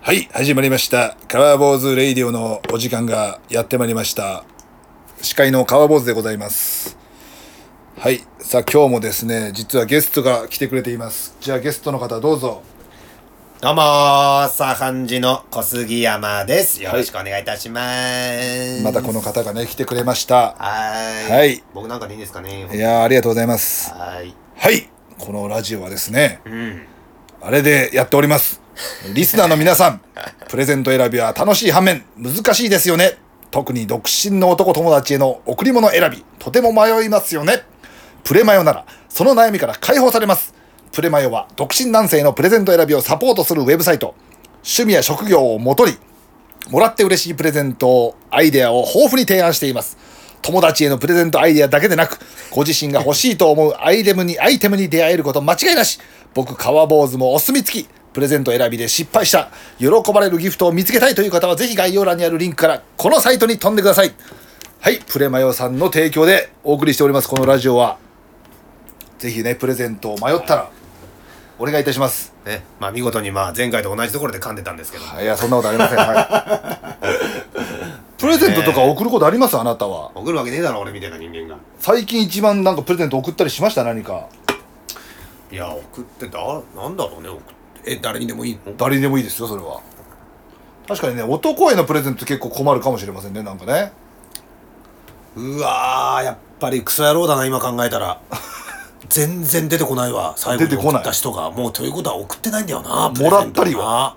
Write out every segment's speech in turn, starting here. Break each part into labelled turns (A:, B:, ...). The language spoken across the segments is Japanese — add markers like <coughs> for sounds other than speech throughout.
A: はい、始まりました。カラーボーズレイディオのお時間がやってまいりました。司会の川坊主でございます。はい、さあ今日もですね、実はゲストが来てくれています。じゃあゲストの方どうぞ。
B: どうもー、サハンジの小杉山です。よろしくお願いいたしまーす。
A: またこの。方がね、来てくれました。
B: はーい。
A: はい
B: 僕なんかでいいんですかね。
A: いやー、ありがとうございます。
B: はーい。
A: はい、このラジオはですね、
B: うん。
A: あれでやっております。リスナーの皆さん、プレゼント選びは楽しい反面、難しいですよね。特に独身の男友達への贈り物選び、とても迷いますよね。プレマヨなら、その悩みから解放されます。プレマヨは、独身男性のプレゼント選びをサポートするウェブサイト。趣味や職業をもとに、もらって嬉しいプレゼントを、アイデアを豊富に提案しています。友達へのプレゼントアイデアだけでなく、ご自身が欲しいと思うアイテムに、アイテムに出会えること間違いなし。僕、川坊主もお墨付き。プレゼント選びで失敗した。喜ばれるギフトを見つけたいという方は、ぜひ概要欄にあるリンクから、このサイトに飛んでください。はい、プレマヨさんの提供でお送りしております、このラジオは。ぜひね、プレゼントを迷ったら、お願いいたします。
B: ね。まあ見事にまあ前回と同じところで噛んでたんですけど。
A: はい、いや、そんなことありません。はい。プレゼントとか送ることありますあなたは。
B: 送るわけねえだろ、俺みたいな人間が。
A: 最近一番なんかプレゼント送ったりしました何か。
B: いや、送ってだ、なんだろうね、送って。え、誰にでもいいの
A: 誰にでもいいですよ、それは。確かにね、男へのプレゼント結構困るかもしれませんね、なんかね。
B: うわー、やっぱりクソ野郎だな、今考え
A: <laughs>
B: たら。全然出てこないわ、最後
A: 出
B: に
A: てこ
B: 送
A: ない
B: った人が。もうということは送ってないんだよな、
A: もらったりは
B: プレゼントな。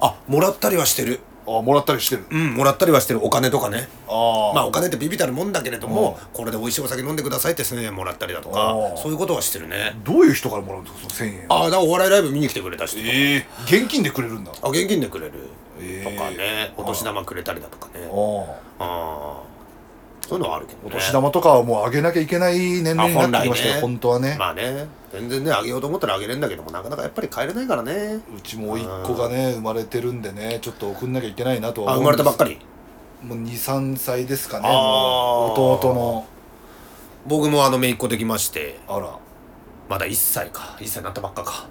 B: あ、もらったりはしてる。
A: あもらったりしてる。
B: うん、もらったりはしてるお金とかね
A: ああ。
B: まあお金ってビビたるもんだけれども、これで美味しいお酒飲んでくださいって1000円もらったりだとか
A: おー
B: そういうことはしてるね
A: どういう人からもらうんですか、その1000円は。
B: ああだからお笑いライブ見に来てくれた人とか、
A: え現金でくれるんだ。あ
B: あ現金でくれる
A: え
B: とかね、お年玉くれたりだとかね
A: あ。お
B: ああそういうのはあるけどね
A: 年玉とかはもうあげなきゃいけない年齢になってきましたよ、
B: あ本来ね
A: 本当はね。
B: まあね全然ねあげようと思ったらあげれんだけどもなかなかやっぱり帰れないからね
A: うちも甥っ子がね生まれてるんでねちょっと送んなきゃいけないなとは
B: あ生
A: 思う
B: ま
A: ん
B: れ
A: で
B: た
A: す
B: ばっかり
A: もう23歳ですかね
B: あー
A: もう弟の
B: 僕もあの姪っ子できまして
A: あら
B: まだ1歳か1歳になったばっかか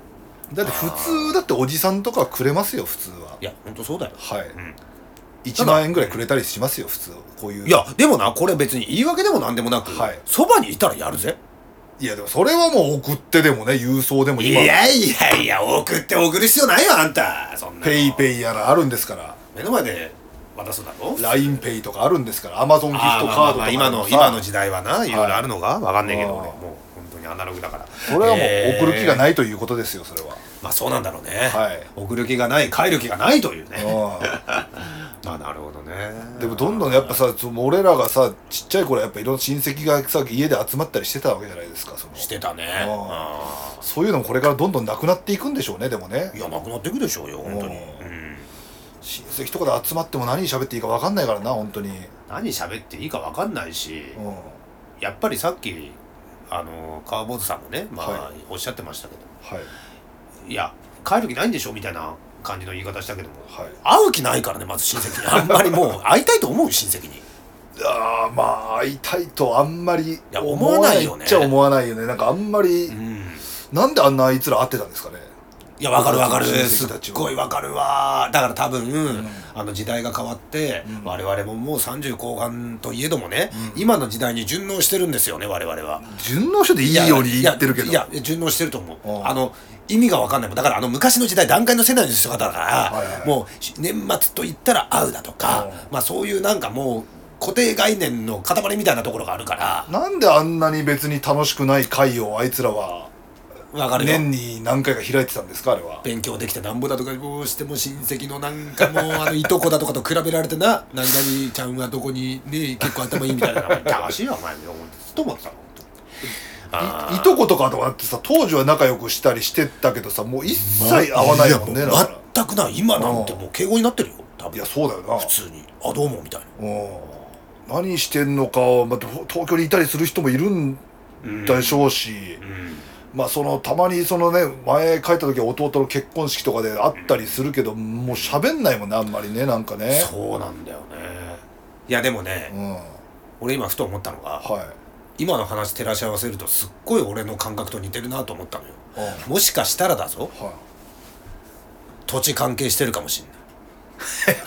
A: だって普通だっておじさんとかくれますよ普通はい
B: やほんとそうだよ
A: は
B: うん
A: い1万円ぐらいくれたりしますよ普通こういう
B: いやでもなこれ別に言い訳でも何でもなく
A: はい
B: そば、にいたらやるぜ
A: いやでもそれはもう送ってでもね郵送でも
B: い
A: 今
B: やいやいや送って送る必要ないよあんたそんなの
A: ペイペイやらあるんですから
B: 目の前で渡すだろ
A: l i n e イとかあるんですからアマゾンギフ
B: あ
A: ト
B: ーまあ
A: カードと
B: まあ
A: か
B: 今の
A: さ
B: 今の時代はないろいろあるのが分かんねえけど
A: あー
B: 俺もう本当にアナログだから
A: それはもう送る気が
B: い、
A: ないということですよそれは
B: えーまあそうなんだろうね、
A: はい
B: 送る気がない帰る気がないというね
A: うん
B: まあなるほどね
A: でもどんどんやっぱさその俺らがさちっちゃい頃やっぱいろんな親戚がさ家で集まったりしてたわけじゃないですかその
B: してたね
A: あ
B: あ
A: そういうのもこれからどんどんなくなっていくんでしょうねでもね
B: ーいやなくなっていくでしょうよ本当
A: う
B: に、うんん、
A: 親戚とかで集まっても何喋っていいか分かんないからな本当に
B: 何喋っていいか分かんないし、
A: うんは
B: やっぱりさっきあの川坊主さんもね、まあ
A: は
B: おっしゃってましたけど
A: い
B: いや帰る気ないんでしょみたいな感じの言い方したけども
A: はい
B: 会う気ないからねまず親戚にあんま
A: <laughs>
B: りもう会いたいと思う親戚に
A: あーまあ会いたいとあんまり
B: や思わない
A: 思
B: よね
A: わっちゃ思わないよねなんかあんまり、
B: うん
A: なんであんなあいつら会ってたんですかね
B: いやわかるわかる
A: 親
B: す
A: 戚
B: った
A: ちは
B: ごいわかるわだから多分、
A: ん
B: あの時代が変わって、
A: うん
B: 我々ももう30後半といえどもね、
A: うん
B: 今の時代に順応してるんですよね我々は。
A: 順応書でいいように言ってるけど
B: いやいや順応してると思う
A: うん
B: あの意味が分かんないもんだからあの昔の時代段階の世代の人方だから、
A: はいはい
B: もうし年末と言ったら会うだとか、まあそういうなんかもう固定概念の塊みたいなところがあるから
A: なんであんなに別に楽しくない会をあいつらは
B: 分かるよ、
A: 年に何回か開いてたんですかあれは
B: 勉強できてなんぼだとかどうしても親戚のなんかもうあの <laughs> いとこだとかと比べられてな何々ちゃんはどこにね結構頭いいみたいな正しいよお前よずっと思ってたの
A: いいとことかとかだってさ当時は仲良くしたりしてたけどさもう一切合わないもんねだから
B: 全くない今なんてもう敬語になってるよ多
A: い
B: 分
A: やそうだよな
B: 普通に「あどうも」みたいな。
A: うん何してんのか、まあ、ど東京にいたりする人もいるんでしょうし、まあそのたまにそのね前帰った時は弟の結婚式とかで会ったりするけどもう喋んないもんねあんまりねなんかね
B: そうなんだよねいやでもね、
A: うん
B: 俺今ふと思ったのが
A: は
B: 今の話照らし合わせるとすっごい俺の感覚と似てるなと思ったのよ
A: い、うん
B: もしかしたらだぞ
A: はい、
B: 土地関係してるかもしんない <laughs>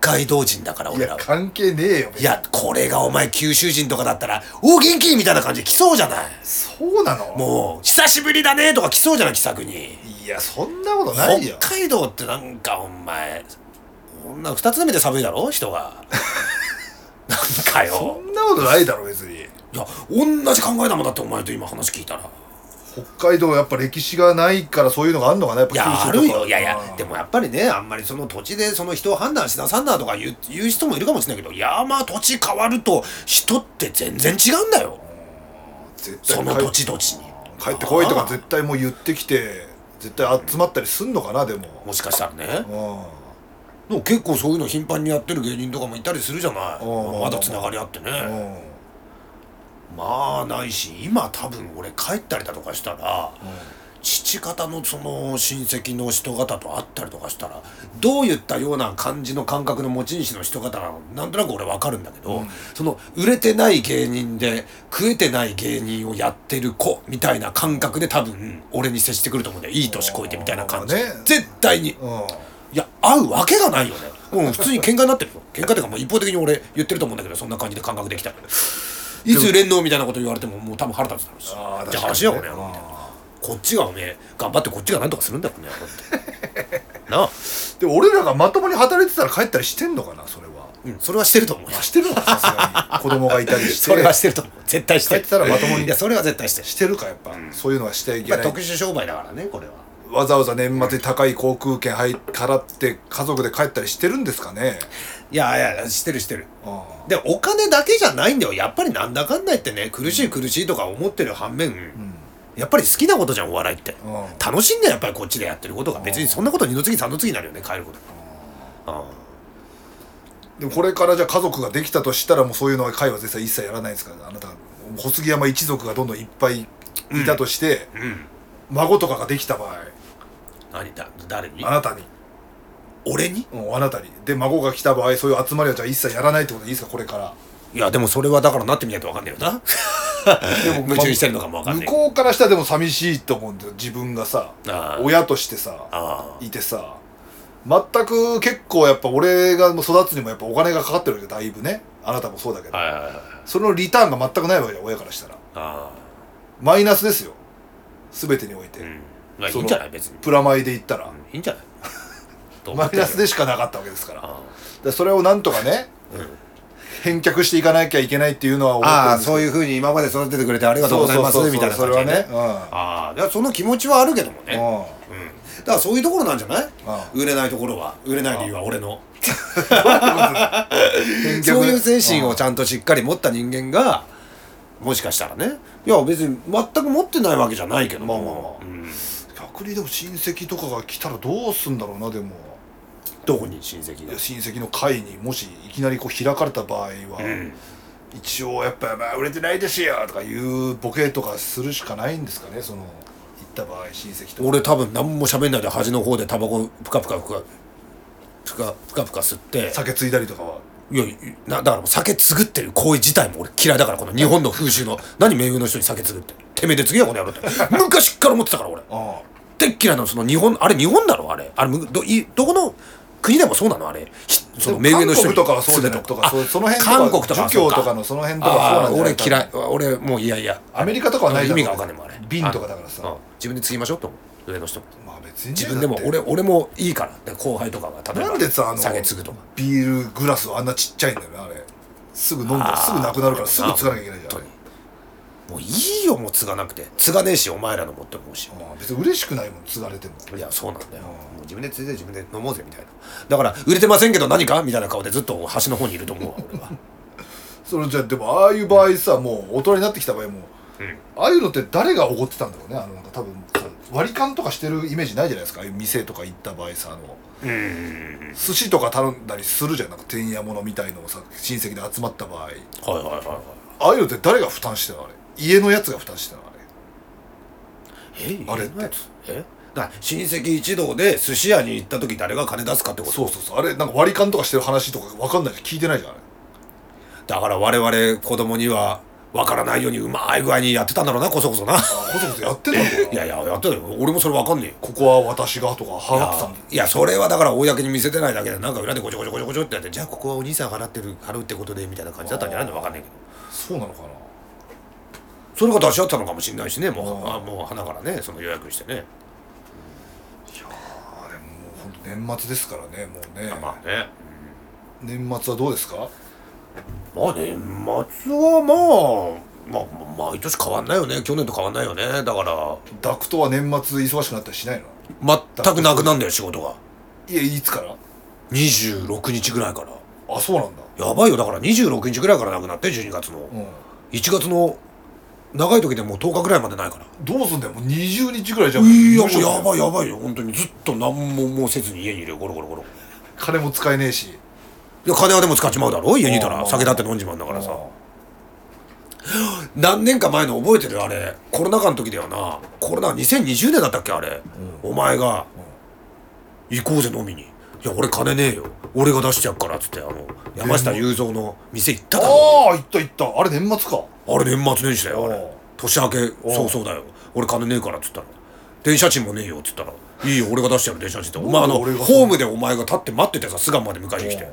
B: 北海道人だから
A: い
B: 俺ら
A: や
B: は
A: 関係ねえよ
B: いやこれがお前九州人とかだったら「お元気!」みたいな感じで来そうじゃない
A: そうなの
B: もう「久しぶりだね」とか来そうじゃない気さくに
A: いやそんなことないよ
B: 北海道ってなんかお前こんな二つ目で寒いだろ人
A: <laughs>
B: がなんか
A: そ
B: よ
A: んなことないだろ別に
B: いや同じ考えだもんだってお前と今話聞いたら
A: 北海道やっぱ歴史がないからそういうのがあるのかなやっ
B: い
A: ぱ
B: や
A: 九
B: あ
A: 州
B: る
A: とか
B: よいやいやでもやっぱりねあんまりその土地でその人を判断しなさんなとか言う言う人もいるかもしれないけどいやまあ土地変わると人って全然違うんだよ
A: 絶対
B: その土地土地に
A: 帰ってこいと
B: あ
A: か
B: あ
A: 絶対もう言ってきて絶対集まったりすんのかなでも
B: もしかしたらね
A: う
B: でも結構そういうの頻繁にやってる芸人とかもいたりするじゃない
A: うん
B: まだつながりあって
A: ん
B: ね
A: うん
B: まあないし今多分俺帰ったりだとかしたら父方のその親戚の人方と会ったりとかしたらどういったような感じの感覚の持ち主の人方なのなんとなく俺分かるんだけど、その売れてない芸人で食えてない芸人をやってる子みたいな感覚で多分俺に接してくると思うんだよいい年こいてみたいな感じ、
A: ね
B: 絶対に
A: うん
B: いや会うわけがないよねもう普通に喧嘩になってるよ喧嘩っていうかもう一方的に俺言ってると思うんだけどそんな感じで感覚できたらいつ売れんのみたいなこと言われてももう多分腹立つだろうし
A: あー
B: じゃ
A: 確かにね
B: あ話やこれやろみたいなこっちがおめえ頑張ってこっちがなんとかするんだろうねだ
A: <laughs>
B: ってなあ、
A: でも俺らがまともに働いてたら帰ったりしてんのかなそれは
B: うん、それはしてると思うよ
A: あしてるのかさす
B: <laughs>
A: がに子供がいたりして
B: それはしてると思う絶対してる
A: 帰ってたらまともに
B: いやそれは絶対してる
A: してるかやっぱ、そういうのはしてはいけ
B: まあ
A: ない、
B: 特殊商売だからねこれは
A: わざわざ年末に高い航空券入っ払って家族で帰ったりしてるんですかね
B: いやいやしてるしてる
A: うん
B: でお金だけじゃないんだよやっぱりなんだかんだ言ってね苦しい苦しいとか思ってる反面、やっぱり好きなことじゃんお笑いって、
A: うん
B: 楽しいんだよやっぱりこっちでやってることが別にそんなこと二の次三の次になるよね帰ることが、うん
A: でもこれからじゃあ家族ができたとしたらもうそういうのは会は絶対一切やらないですからあなた小杉山一族がどんどんいっぱいいたとして、孫とかができた場合
B: 何だ誰に
A: あなたに、
B: 俺に
A: うん、あなたにで孫が来た場合そういう集まりはじゃあ一切やらないってことでいいですかこれから
B: いやでもそれはだからなってみないと分かんないよな <laughs> 矛盾してるのかも分かんな
A: 向
B: い
A: こうからしたらでも寂しいと思うんだよ自分がさ
B: <laughs> ああ
A: 親としてさ
B: ああ
A: いてさ全く結構やっぱ俺がもう育つにもやっぱお金がかかってるわけだいぶねあなたもそうだけど、
B: はいはいはいはい
A: そのリターンが全くないわけだよ親からしたら
B: あ
A: マイナスですよ全てにおいて、
B: あうんまあい
A: その
B: いんじゃない別に
A: プラマイで言ったら、
B: うんいいんじ <laughs> ゃないと思
A: マ
B: っ
A: イ
B: てる
A: ナスでしかなかったわけですからだか
B: あ
A: らそれをなんとかね、返却していかなきゃいけないっていうのは思
B: あああ
A: ってるんです
B: そういうふうに今まで育ててくれてありがとうございますみたいな
A: そ
B: 感
A: れ
B: じ
A: は
B: で
A: ね
B: ねああいやその気持ちはあるけどもね
A: うん、うん
B: だからそういうところなんじゃない
A: ああ
B: 売れないところは売れない理由は俺の
A: 返却
B: そういう精神をちゃんとしっかり持った人間がもしかしたらねいや別に全く持ってないわけじゃないけど
A: まあまあまあ
B: うん
A: 逆にでも親戚とかが来たらどうすんだろうなでも
B: どこに親戚
A: い
B: が
A: や親戚の会にもしいきなりこう開かれた場合は、
B: ん
A: 一応やっぱ、まあ、売れてないですよとかいうボケとかするしかないんですかねその行った場合親戚と
B: 俺多分何も喋んないで端の方でタバコプカプカプカプカプカプカ吸って
A: 酒ついだりとかはい
B: やいやなだからもう酒つぐってる行為自体も俺嫌いだからこの日本の風習の何名誉の人に酒つぐっててめえで次はこの野郎って昔っから思ってたから俺
A: あ
B: でっ嫌いなのその日本あれ日本だろあれあれむどいどこの国でもそうなのあれひその名
A: 韓
B: 誉の人
A: 国
B: に
A: とかはそうじゃない
B: す
A: と
B: べ
A: か
B: てあ
A: そうその辺とか
B: 韓国とかは
A: 儒教
B: そう
A: とかのその辺とかそうなん
B: あー
A: じゃな
B: 俺
A: い
B: 嫌い俺もういやいや
A: アメリカとかはないだろ
B: 意
A: う
B: 味が分かんないもんあれ
A: 瓶とかだからさ
B: あうん自分で継ぎましょうと思う上の人も
A: まあ別にね
B: 自分でも
A: だって
B: 俺俺もいいからで後輩とかが例えば
A: なんでさあの
B: 酒継ぐとか
A: ビールグラスはあんなちっちゃいんだよねあれすぐ飲んだらすぐなくなるからすぐつかなきゃいけないじゃん
B: 本当にもういいよもう継がなくて継がねえしお前らの持って思うし
A: あれうん別に嬉しくないもん継がれても
B: いやそうなんだよもう自分で継いで自分で飲もうぜみたいなだから売れてませんけど何かみたいな顔でずっと端の方にいると思うわ俺は
A: それじゃあでもああいう場合さもう大人になってきた場合もう、ああいうのって誰がおごってたんだろうねあのなんか多分割り勘とかしてるイメージないじゃないですかああいう店とか行った場合さあの
B: うん
A: 寿司とか頼んだりするじゃんなんかてんやものみたいのをさ親戚で集まった場合
B: はいはいはいはい
A: ああいうのって誰が負担してたのあれ家のやつが負担してたのあれあれっ
B: え
A: て
B: えだから親戚一同で寿司屋に行った時誰が金出すかってこと
A: そうそうそうあれなんか割り勘とかしてる話とか分かんないじゃん聞いてないじゃんあれ
B: だから我々子供にはわからないようにうまい具合にやってたんだろうなこそこそな
A: こそこそやってたのかない
B: <laughs> やいややってたよ俺もそれわかんねえよ
A: ここは私がとか払ってたんだ
B: いやそれはだから公に見せてないだけでなんか裏でごちょごちょごちょごちょってやってじゃあここはお兄さん払ってる払うってことでみたいな感じだったんじゃないのわかんないけど
A: そうなのかな
B: それが出し合ったのかもしれないしねもう
A: あー
B: あもう花からねその予約してね
A: あでももう本当年末ですからねもうね
B: まあね
A: 年末はどうですか
B: まあ年末はまあまあ毎年変わんないよね去年と変わんないよねだから
A: ダクトは年末忙しくなったりしないの
B: 全くなくなんだよ仕事が
A: いやいつから
B: 26日ぐらいから
A: あそうなんだ
B: やばいよだから26日ぐらいからなくなって12月の
A: うん
B: 1月の長い時でもう10日ぐらいまでないから
A: どうすんだよもう20日ぐらいじゃん
B: いやもうやば
A: い
B: いやばいよ本当にずっと何ももうせずに家にいるよゴロゴロゴロ
A: 金も使えねえし
B: いや金はでも使っちまうだろ家にいた
A: あ
B: ら
A: ー
B: 酒だって飲んじまうんだからさ
A: あ
B: 何年か前の覚えてるあれコロナ禍の時だよなコロナ2020年だったっけあれ、お前が、行こうぜ飲みにいや俺金ねえよ俺が出してやっからっつってあの山下雄三の店行っただろ
A: あ行った行ったあれ年末か
B: あれ年末年始だよあ
A: おう
B: れ年明け早々だよ俺金ねえからっつったら電車賃もねえよっつったらいいよ俺が出してやる電車賃ってお前あの
A: 俺が
B: ホームでお前が立って待っててさ巣鴨まで迎えに来て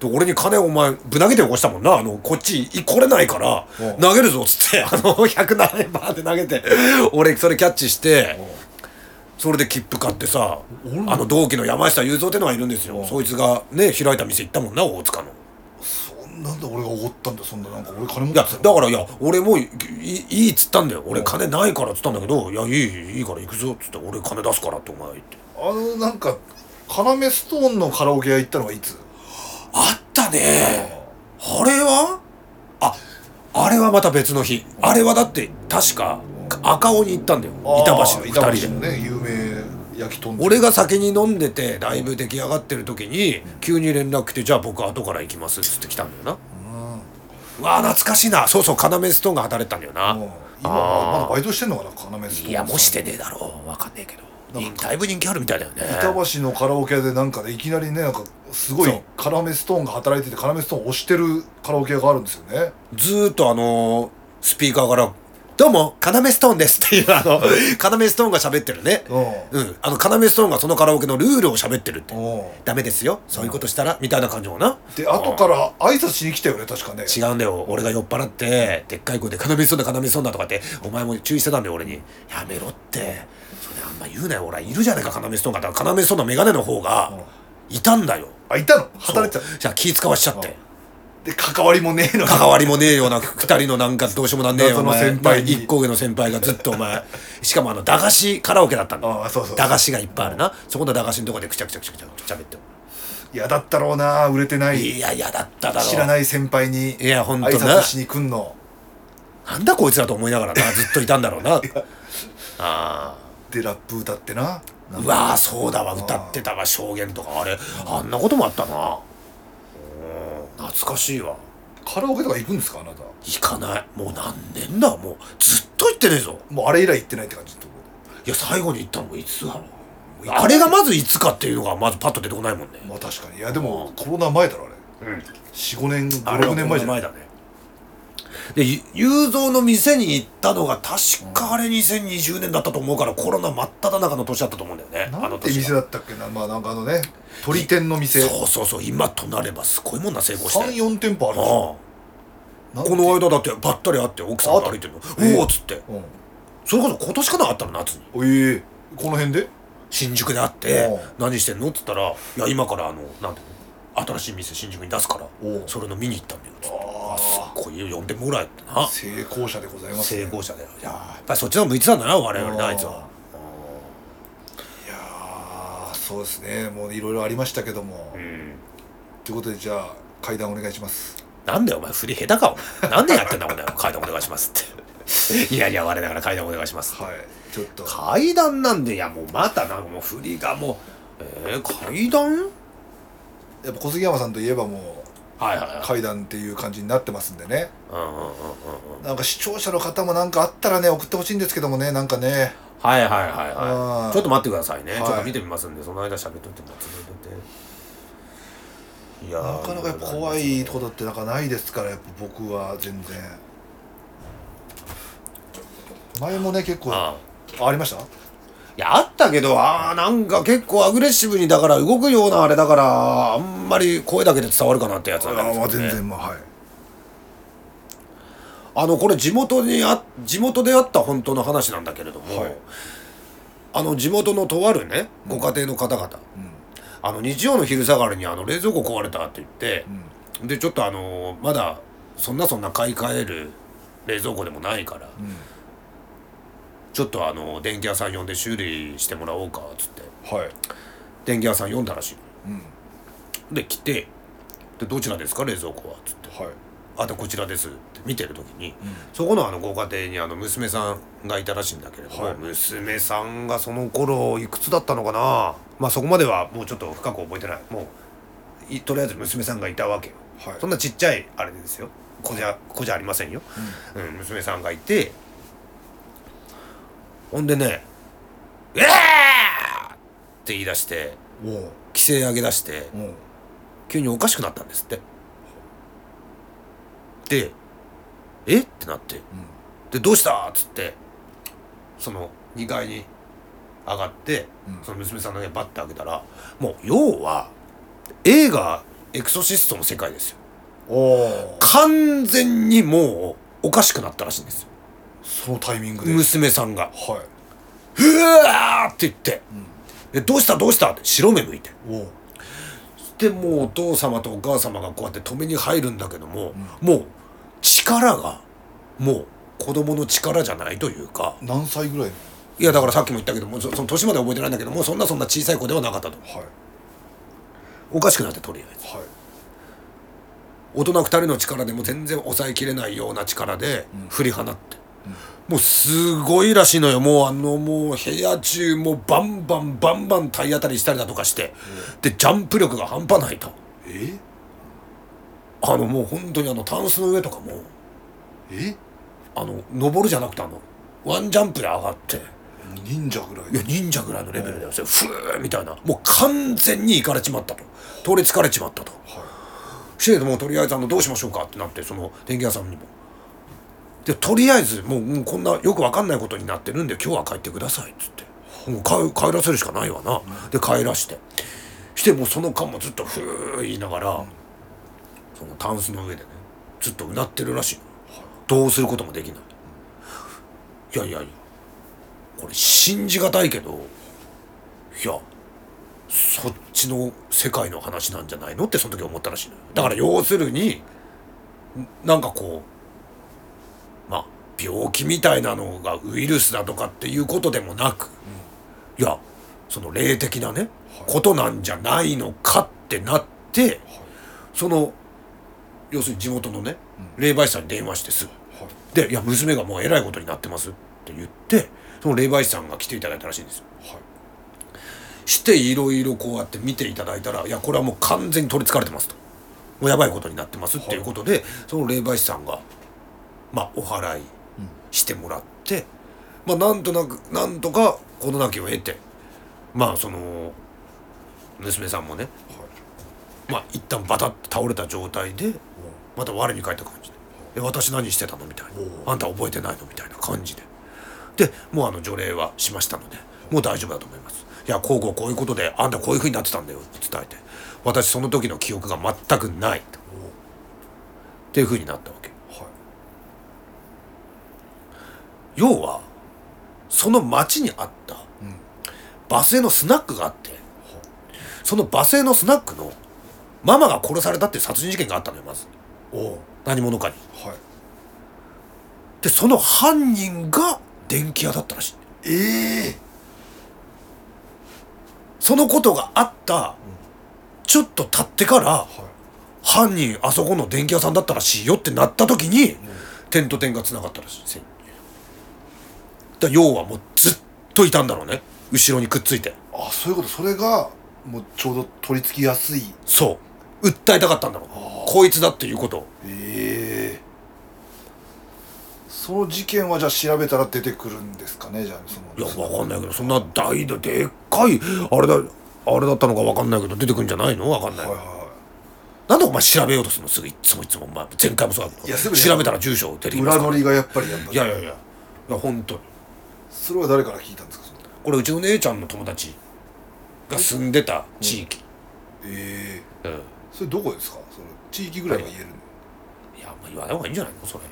B: で俺に金お前ぶなげて起こしたもんなあのこっちい来れないから
A: うん
B: 投げるぞっつってあの107円バーって投げて俺それキャッチしてそれで切符買ってさあの同期の山下雄三ってのがいるんですよそいつがね開いた店行ったもんな大塚の。
A: そんなんで俺がおごったんだよそんななんか俺金持っ
B: いや
A: てた
B: だからいや俺もいいいいっつったんだよ俺金ないからっつったんだけど「いやいいいいから行くぞ」っつって「俺金出すから」ってお前言って
A: あのなんか要ストーンのカラオケ屋行ったのはいつ
B: あったねあれはああれはまた別の日あれはだって確か赤鬼行ったんだよ板橋の
A: 板
B: 2
A: 橋
B: 人
A: の
B: で
A: ね有名焼き豚
B: 俺が先に飲んでてだいぶ出来上がってる時に急に連絡来て「じゃあ僕後から行きます」っつって来たんだよなうわ懐かしいなそうそう要ストーンが働いてたんだよな
A: うん今まだバイトしてんのかな要ストーン
B: いやもうしてねえだろうわかんねえけど
A: なん
B: だいぶ人気あるみたいだよね
A: 板橋のカラオケ屋でなんかねいきなりねなんかすごい
B: そう
A: 要ストーンが働いてて要ストーンを押してるカラオケ屋があるんですよね
B: ずーっとあのースピーカーから「どうも要ストーンです」っていうあの要ストーンが喋ってるね
A: う
B: うんあの要ストーンがそのカラオケのルールを喋ってるって
A: んうん
B: ダメですよそういうことしたらみたいな感じもな
A: で後から挨拶しに来たよね確かね
B: 違うんだよ俺が酔っ払ってでっかい声で「要ストーンだ要ストーンだ」とかってお前も注意してたんだよ俺に「やめろ」ってそれあんま言うなよ俺いるじゃねえか要ストーンがだから要ストーンのメガネの方がいたんだよ
A: あいたの働いてた
B: そうじゃあ気使わしちゃって
A: で関わりもねえのに
B: 関わりもねえような二人のなんかどうしようもなんねえ
A: 謎
B: よ
A: の
B: お前
A: 先輩に
B: 一個上の先輩がずっとお前しかもあの駄菓子カラオケだったんだよ
A: ああそうそう
B: 駄菓子がいっぱいあるなそこの駄菓子のとこでくちゃくちゃくちゃくちゃくちゃべって
A: 嫌だったろうな売れてない
B: いや嫌だっただろ
A: 知らないい先輩に
B: いやほんと
A: 挨
B: な
A: 拶しに来んの
B: なんだこいつらと思いながらなずっといたん
A: <laughs>
B: だろうなああ
A: でラップ歌ってななん
B: う
A: か
B: わあそうだわ歌ってたわ証言とかあれあんなこともあったなうん懐かしいわ
A: カラオケとか行くんですかあなた
B: 行かないもう何年だもうずっと行ってねえぞ
A: もうあれ以来行ってないって感じってこ
B: いや最後に行ったのもいつだろうあれがまずいつかっていうのがまずパッと出てこないもんね
A: とまあ確かにいやでもコロナ前だろあれ45年
B: あれ
A: 56
B: は
A: 年前じゃない
B: 前だねでゆ雄三の店に行ったのが確かあれ2020年だったと思うからコロナ真っ只中の年だったと思うんだよね
A: な
B: あの
A: んて
B: 年
A: 店
B: は
A: だったっけなまあなんかあのね鳥天の店
B: そうそうそう今となればすごいもんな成功してあ
A: 34店舗あるでしょ
B: あ
A: なんて
B: この間だってばったり会って奥さんが歩いてるの「おお」っつって
A: うん
B: それこそ今年かなあったの夏に
A: おいえいこの辺で
B: 新宿で会って
A: おう
B: 「何してんの?」っつったら「いや今からあのなんていうの新しい店新宿に出すから
A: おう
B: それの見に行ったんだよ」つって
A: ああ
B: こういう呼んでもらえってな
A: 成功者でございますね
B: 成功者だよいやーやっぱりそっちの方向いてたんだな我々なあいつはい
A: やーそうですねもういろいろありましたけども
B: うん
A: ということでじゃあ階段お願いします
B: なんだよお前振り下手かお前 <laughs> なんでやってんだこれ階段お願いしますって <laughs> いやいや我ながら階段お願いします
A: はいちょっと
B: 階段なんでいやもうまたなんかもう振りがもうえー、階段
A: やっぱ小杉山さんといえばも
B: はいはいうはい
A: 階段っていう感じになってますんでね
B: うんうんうんうんうん
A: なんか視聴者の方もなんかあったらね送ってほしいんですけどもねなんかね
B: はいはいはいは
A: あー
B: いちょっと待ってくださいね、
A: はい
B: ちょっと見てみますんでその間喋っといてもらっていやー
A: なかなかやっぱ怖いことってなんかないですからやっぱ僕は全然前もね結構
B: あ
A: ありました
B: いやあったけどああなんか結構アグレッシブにだから動くようなあれだからあんまり声だけで伝わるかなってやつなんだけど
A: あ、まあ全然まあはい
B: あのこれ地元にあ地元であった本当の話なんだけれども、
A: はい
B: あの地元のとあるねご家庭の方々、あの日曜の昼下がりにあの冷蔵庫壊れたって言って、でちょっとあのまだそんなそんな買い替える冷蔵庫でもないから、ちょっとあの電気屋さん呼んで修理してもらおうかっつって
A: はい
B: 電気屋さん呼んだらしい、で来てで「どちらですか冷蔵庫は」つって。
A: はい
B: あとこちらですって見てる時に、そこのあのご家庭にあの娘さんがいたらしいんだけれども、
A: はい
B: 娘さんがその頃いくつだったのかなまあそこまではもうちょっと深く覚えてないもういとりあえず娘さんがいたわけよ、
A: はい
B: そんなちっちゃいあれですよ子じゃ子じゃありませんよ、うん娘さんがいてほんでね「ええー!」って言い出して
A: おう
B: 規制上げ出して、
A: おう
B: 急におかしくなったんですってでえってなって、でどうしたっつってその2階に上がって、
A: うん
B: その娘さんの部屋バッて開けたらもう要は映画「エクソシスト」の世界ですよ
A: おう
B: 完全にもうおかしくなったらしいんですよ
A: そのタイミングではい
B: 娘さんが「うわ!」って言って、でどうしたどうした?」って白目向いて
A: おう
B: でもうお父様とお母様がこうやって止めに入るんだけども、もう力がもう子供の力じゃないというか
A: 何歳ぐらいの
B: いやだからさっきも言ったけどもそその年までは覚えてないんだけどもそんなそんな小さい子ではなかったと
A: はい
B: おかしくなってとりあえず
A: はい
B: 大人2人の力でも全然抑えきれないような力で振り放って、もうすごいらしいのよもうあのもう部屋中もうバンバンバンバン体当たりしたりだとかして、でジャンプ力が半端ないと
A: え
B: あのもう本当にあのタンスの上とかも
A: え
B: あの登るじゃなくてあのワンジャンプで上がって
A: 忍者ぐらい
B: いや忍者ぐらいのレベルだよそれふーみたいなもう完全に行かれちまったと取りつかれちまったとしてもうとりあえずあのどうしましょうかってなってその電気屋さんにもでとりあえずもうもうこんなよくわかんないことになってるんで今日は帰ってくださいっつってもう帰帰らせるしかないわなで帰らしてしてもうその間もずっとふー言いながらそのタンスの上でねずっとうなってるらしいのどうすることもできないいやいやいやこれ信じがたいけどいやそっちの世界の話なんじゃないのってその時思ったらしいのよだから要するにんなんかこうまあ病気みたいなのがウイルスだとかっていうことでもなく、いやその霊的なね、ことなんじゃないのかってなって、その要するに地元のね、霊媒師さんに電話してすぐ。
A: は
B: で「いや娘がもうえらいことになってます」って言ってその霊媒師さんが来ていただいたらしいんですよ
A: いはい
B: していろいろこうやって見ていただいたら「いやこれはもう完全に取りつかれてます」と「もうやばいことになってます」っていうことでその霊媒師さんがまあお祓いしてもらって、まあなんとなくなんとか事なきを得てまあその娘さんもねまあ一旦バタッと倒れた状態でまた我に返った感じで「え私何してたの?」みたい
A: おう
B: な「あんた覚えてないの?」みたいな感じででもうあの除霊はしましたのでもう大丈夫だと思います「いやこうこうこういうことであんたこういうふうになってたんだよ」って伝えて「私その時の記憶が全くない」とっていうふうになったわけ
A: はい
B: 要はその町にあったバス停のスナックがあってそのバス停のスナックのママが殺されたっていう殺人事件があったのよまず
A: おう
B: 何者かに
A: はい
B: でその犯人が電気屋だったらしい
A: ええ
B: そのことがあったちょっと経ってから
A: はい
B: 犯人あそこの電気屋さんだったらしいよってなった時に点と点がつながったらしい線だ要はもうずっといたんだろうね後ろにくっついて
A: あそういうことそれがもうちょうど取り付きやすい
B: そう訴えたかったんだろうこいつだっていうことを
A: ええその事件はじゃあ調べたら出てくるんですかねじゃあその
B: いやわかんないけどそんな大ででっかいあれだあれだったのかわかんないけど出てくんじゃないのわかんない、
A: はいはいは
B: なんでお前調べようとするのすぐいっつもいつも、まあ、前回もそうだけど
A: いやすぐね
B: 調べたら住所出て
A: い
B: きま
A: 裏
B: すから
A: 取りがやっぱりやっぱ
B: いやいやいやいや本当に
A: それは誰から聞いたんですかその
B: これうちの姉ちゃんの友達が住んでた地域、
A: ええ
B: うん
A: それどこですかその地域ぐらいは言えるの
B: いやまあ言わない方がいいんじゃないのそれ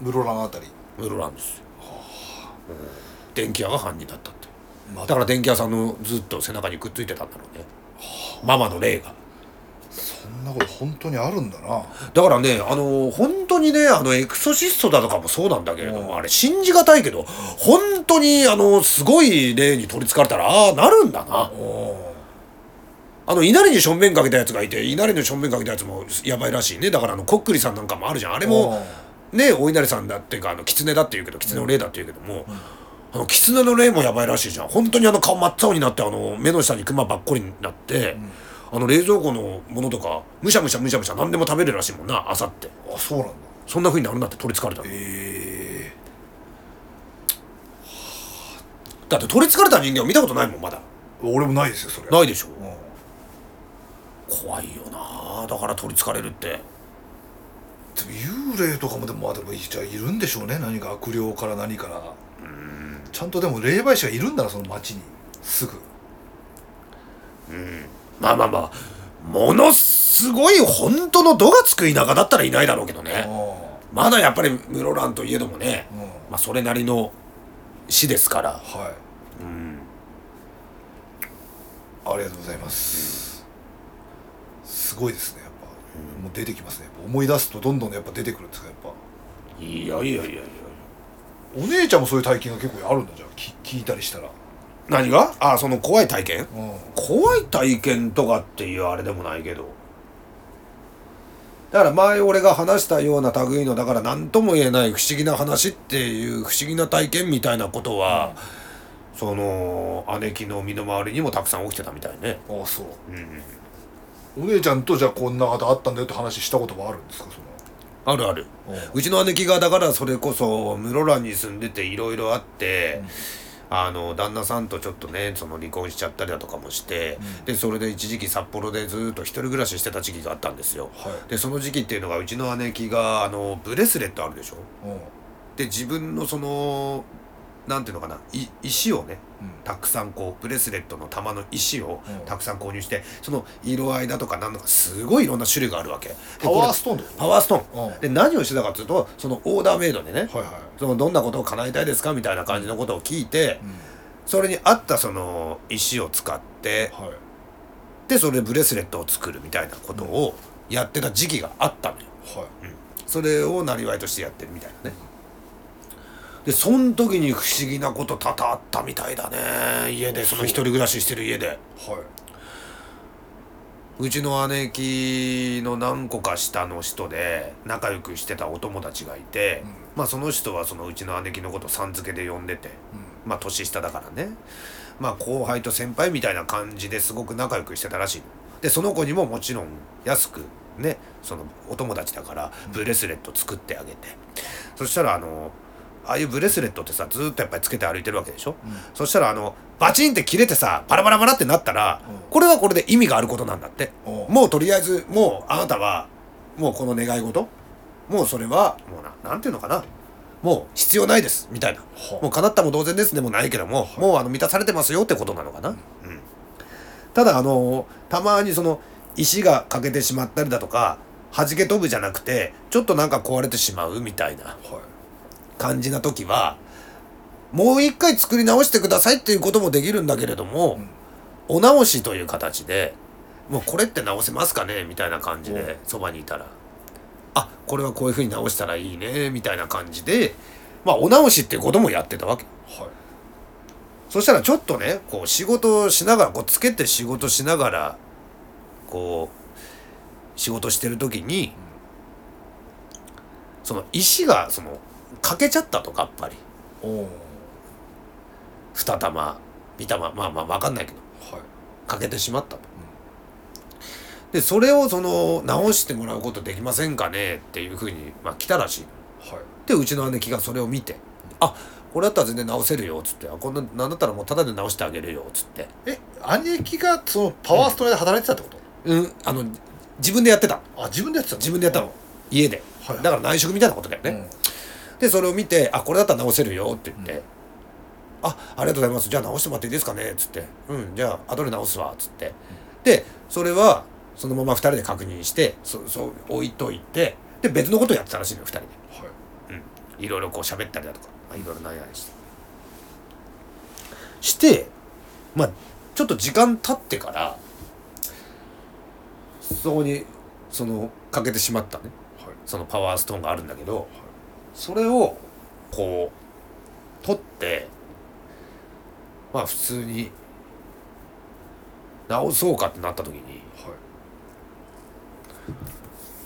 A: 室蘭あたり
B: 室蘭ですよ、うん電気屋が犯人だったって
A: ま
B: だから電気屋さんのずっと背中にくっついてたんだろうねママの霊が
A: そんなこと本当にあるんだな
B: だからねあの本当にねあのエクソシストだとかもそうなんだけれどもあれ信じがたいけど本当にあのすごい霊に取りつかれたらああなるんだなあの稲荷に正面かけたやつがいて稲荷の正面かけたやつもやばいらしいねだからあのこっくりさんなんかもあるじゃんあれもねお稲荷さんだっていうかあの狐だっていうけど狐の霊だっていうけども、あの狐の霊もやばいらしいじゃん本当にあの顔真っ青になってあの目の下にクマばっこりになって、あの冷蔵庫のものとかむしゃむしゃむしゃむしゃ何でも食べれるらしいもんな朝って
A: あそうなんだ
B: そんな風になるんだって取りつかれたの
A: ええ
B: だって取りつかれた人間を見たことないもんまだ
A: 俺もないですよそれ
B: ないでしょ
A: うん
B: 怖いよなだから取りつかれるって
A: でも幽霊とかもでもまあでもじゃあいるんでしょうね何か悪霊から何からちゃんとでも霊媒師がいるんだなその町にすぐ
B: まあまあまあものすごい本当の度がつく田舎だったらいないだろうけど
A: う
B: ね
A: ん
B: まだやっぱり室蘭といえどもね、
A: うん
B: まあ、それなりの市ですから
A: はいありがとうございます、すごいですねやっぱ、もう出てきますねやっぱ思い出すとどんどんやっぱ出てくるんですかやっぱ
B: いやいやいやいや
A: お姉ちゃんもそういう体験が結構あるんだじゃあき聞いたりしたら
B: 何があその怖い体験
A: うん
B: 怖い体験とかっていうあれでもないけどだから前俺が話したような類のだから何とも言えない不思議な話っていう不思議な体験みたいなことは、その姉貴の身の回りにもたくさん起きてたみたいね
A: ああそう、お姉ちゃんとじゃあこんな方あったんだよって話したことはあるんですかその
B: あるある
A: うん
B: うちの姉貴がだからそれこそ室蘭に住んでていろいろあって、あの旦那さんとちょっとねその離婚しちゃったりだとかもして、でそれで一時期札幌でずっと一人暮らししてた時期があったんですよ、
A: はい
B: でその時期っていうのがうちの姉貴があのブレスレットあるでしょ
A: うん
B: で自分のそのなんていうのかない石をね
A: うん
B: たくさんこうブレスレットの玉の石を
A: うん
B: たくさん購入してその色合いだとかなんとかすごいいろんな種類があるわけで
A: パワー
B: こ
A: ストーンだよ
B: れパワーストーン、
A: うん
B: で何をしてたかっていうとそのオーダーメイドでね、
A: はいはい
B: そのどんなことを叶えたいですかみたいな感じのことを聞いて、
A: うん
B: それに合ったその石を使って
A: はい
B: でそれでブレスレットを作るみたいなことをやってた時期があったのよ、
A: はい
B: それをなりわいとしてやってるみたいなねでその時に不思議なこと多々あったみたいだね家でその一人暮らししてる家で
A: はいう
B: ちの姉貴の何個か下の人で仲良くしてたお友達がいて、
A: うん
B: まあその人はそのうちの姉貴のことさん付けで呼んでて、まあ年下だからねまあ後輩と先輩みたいな感じですごく仲良くしてたらしいのでその子にももちろん安くねそのお友達だからブレスレット作ってあげて、そしたらあのああいうブレスレットってさずーっとやっぱりつけて歩いてるわけでしょ、そしたらあのバチンって切れてさバラバラバラってなったら、
A: うん
B: これはこれで意味があることなんだって、
A: おう
B: もうとりあえずもうあなたはもうこの願い事もうそれはもうななんていうのかなもう必要ないですみたいな
A: は
B: もう叶ったも同然ですでもないけども、もうあの満たされてますよってことなのかな、うんただあのたまにその石が欠けてしまったりだとか弾け飛ぶじゃなくてちょっとなんか壊れてしまうみたいな
A: はい
B: 感じな時はもう一回作り直してくださいっていうこともできるんだけれども、お直しという形でもうこれって直せますかねみたいな感じ
A: うん
B: でそばにいたらあこれはこういうふうに直したらいいねみたいな感じでまあお直しっていうこともやってたわけ。
A: はい
B: そしたらちょっとねこう仕事をしながらこうつけて仕事しながらこう仕事してる時にその石がその欠けちゃったとかやっぱり
A: おお
B: 二玉三玉まあまあ分かんないけど
A: はい
B: 欠けてしまったと。でそれをその直してもらうことできませんかねっていうふうに、まあ、来たらしい。
A: はい
B: でうちの姉貴がそれを見て「あこれだったら全然直せるよ」っつって「あこんななんだったらもうタダで直してあげるよ」っつって。
A: え兄貴がそのパワーストーンで働いてたってこと、
B: うんあの自分でやってた。
A: あ自分でやってたの
B: 自分でやったの家で、
A: はい
B: だから内職みたいなことだよ
A: う
B: ね
A: ん、、
B: でそれを見てあこれだったら直せるよって言って、あありがとうございますじゃあ直してもらっていいですかね」っつって「うんじゃあ後で直すわ」っつってでそれはそのまま2人で確認してそそう置いといてで別のことやってたらしいのよ2人で、うん、いろいろこう喋ったりだとかあいろいろ悩んだりしてしてまあちょっと時間経ってからそこにそのかけてしまったねそのパワーストーンがあるんだけどそれをこう取ってまあ普通に直そうかってなった時に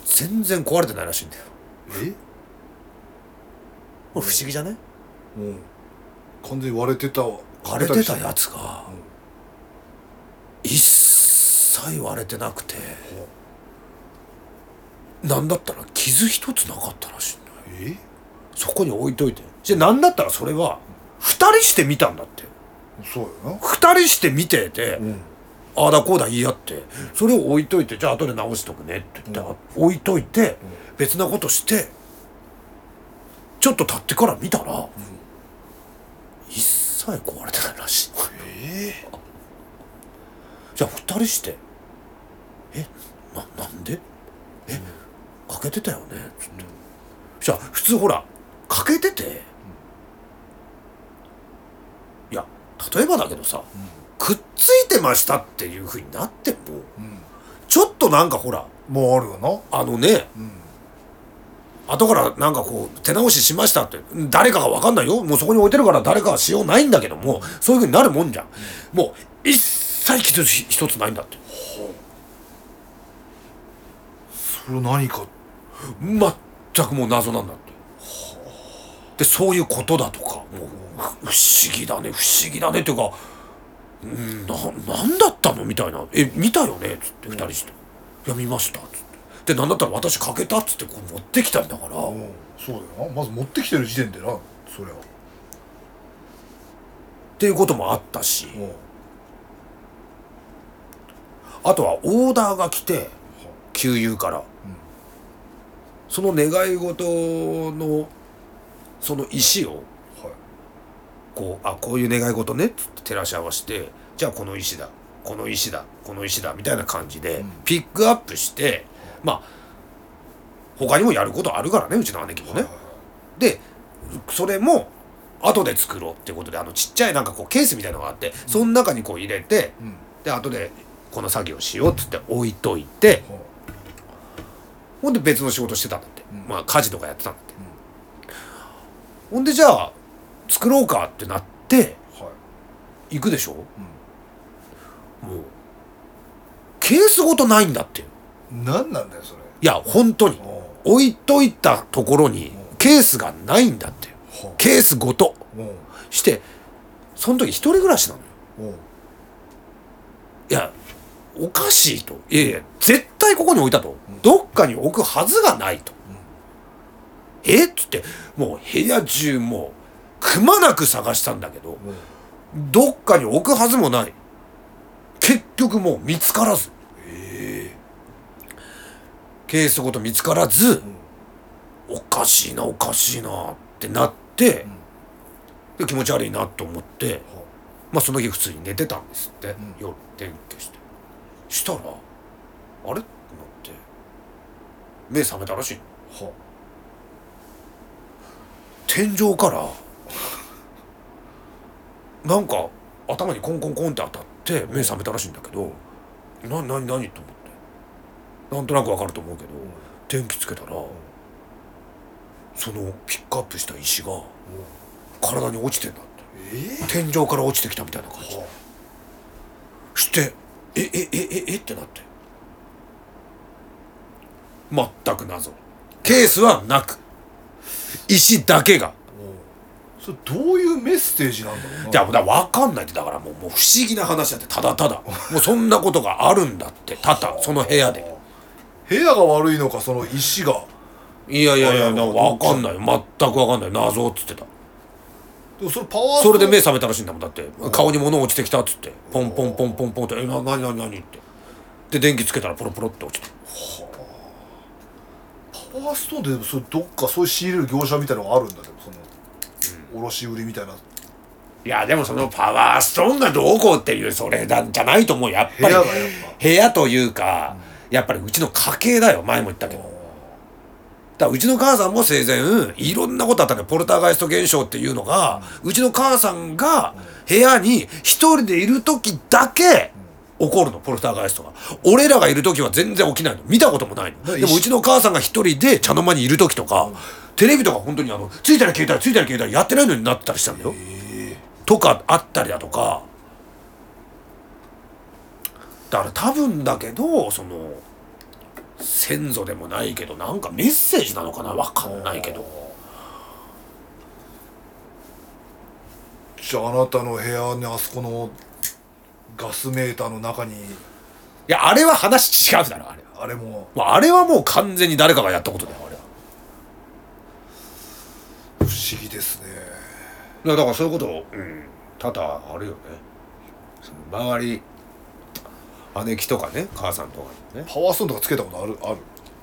B: 全然壊れてないらしいんだよ
A: え
B: これ不思議じゃない
A: もう完全に割れてた
B: 割れてたやつが一切割れてなくてなんだったら傷一つなかったらしいんだよ
A: え
B: そこに置いといてじゃあなんだったらそれは2人して見たんだって
A: そうやな
B: 2人して見てて、
A: うん
B: ああだこうだ言い合ってそれを置いといてじゃあ後で直しとくねって言って、置いといて、別なことしてちょっと経ってから見たら、一切壊れてないらしい
A: え
B: じゃあ2人して「えななんでえ欠けてたよね」つって、じゃあ普通ほら欠けてて、いや例えばだけどさ、くっついてましたっていうふうになっても、ちょっとなんかほら
A: もうあるよな
B: あのね、後からなんかこう手直ししましたって誰かが分かんないよもうそこに置いてるから誰かはしようないんだけどもそういうふうになるもんじゃん、もう一切傷一つないんだって
A: それ何か
B: 全くもう謎なんだってでそういうことだとかもう不思議だね不思議だねっていうかうんななんだったのみたいな「え見たよね」っつって2人して「いや見ました」っつってでなんだったら私かけたっつってこう持ってきたんだから、
A: うんそうだよなまず持ってきてる時点でなそれは
B: っていうこともあったし、
A: うん
B: あとはオーダーが来て給油から、その願い事のその石を
A: はい
B: こうあこういう願い事ねっつって照らし合わせてじゃあこの石だこの石だこの石だみたいな感じで
A: ん
B: ピックアップして、まあ他にもやることあるからねうちの姉貴もね。でそれも後で作ろうっていうことであのちっちゃいなんかこうケースみたいなのがあって、その中にこう入れて
A: うん
B: で後でこの作業しようっつって置いといて
A: は
B: ほんで別の仕事してたんだって、
A: うん
B: まあ家事とかやってたんだって、ほんでじゃあ作ろうかってなって
A: いはい
B: 行くでしょ、もうケースごとないんだって
A: 何なんだよそれ
B: いや本当に
A: うんは
B: 置いといたところにケースがないんだってケースごと
A: うんうん
B: してその時一人暮らしなのよいやおかしいといやいや絶対ここに置いたと、どっかに置くはずがないと、えっつってもう部屋中もうくまなく探したんだけど
A: うん
B: どっかに置くはずもない結局もう見つからず
A: え
B: ケースごと見つからず
A: え、
B: おかしいなおかしいなってなって、で気持ち悪いなと思って、
A: は
B: まあその日普通に寝てたんですって、
A: ん
B: 夜電気してしたらあれってなって目覚めたらしいの
A: は
B: 天井からなんか頭にコンコンコンって当たって目覚めたらしいんだけどな何何と思ってなんとなくわかると思うけど電気つけたらそのピックアップした石が体に落ちてんだって
A: え
B: 天井から落ちてきたみたいな感じ
A: は
B: してえええええってなって全く謎ケースはなく石だけが
A: うんそれどういうメッセージなんだろうな
B: だだ分かんないってだからもうもう不思議な話だってただただもうそんなことがあるんだってただその部屋で
A: 部屋が悪いのかその石が
B: いやいやいや
A: あいや
B: 分かんない全く分かんない謎っつってた
A: でもそのパワー
B: それで
A: メ
B: 目覚めたらしいんだもんだって顔に物落ちてきたっつってポンポンポンポンポンって「えな何何何?」ってで電気つけたらポロポロって落ちて
A: パワーストーンででもそれどっかそういう仕入れる業者みたいなのがあるんだけどその卸売りみたいない
B: いやでもそのパワーストーンがどうこうっていうそれなんじゃないと思うやっぱ
A: 部
B: り
A: 屋がやっ
B: 部屋というか、やっぱりうちの家系だよ前も言ったけどだからうちの母さんも生前いろんなことあったねポルターガイスト現象っていうのが、うちの母さんが部屋に一人でいる時だけ起こるのポルターガイストが俺らがいる時は全然起きないの見たこともないのでもうちの母さんが一人で茶の間にいる時とか、テレビとか本当にあのついたら携帯ついたら携帯やってないのになってたりしたんだよ、とかあったりだとかだから多分だけどその先祖でもないけどなんかメッセージなのかなわかんないけど
A: じゃああなたの部屋にあそこのガスメーターの中に
B: いやあれは話違うだろあれは
A: あれも
B: まああれはもう完全に誰かがやったことだよあれは
A: 不思議ですね
B: いやだからそういうことを、うん、多々あるよねその周り姉貴とかね母さんとかにね
A: パワーストーンとかつけたことあるある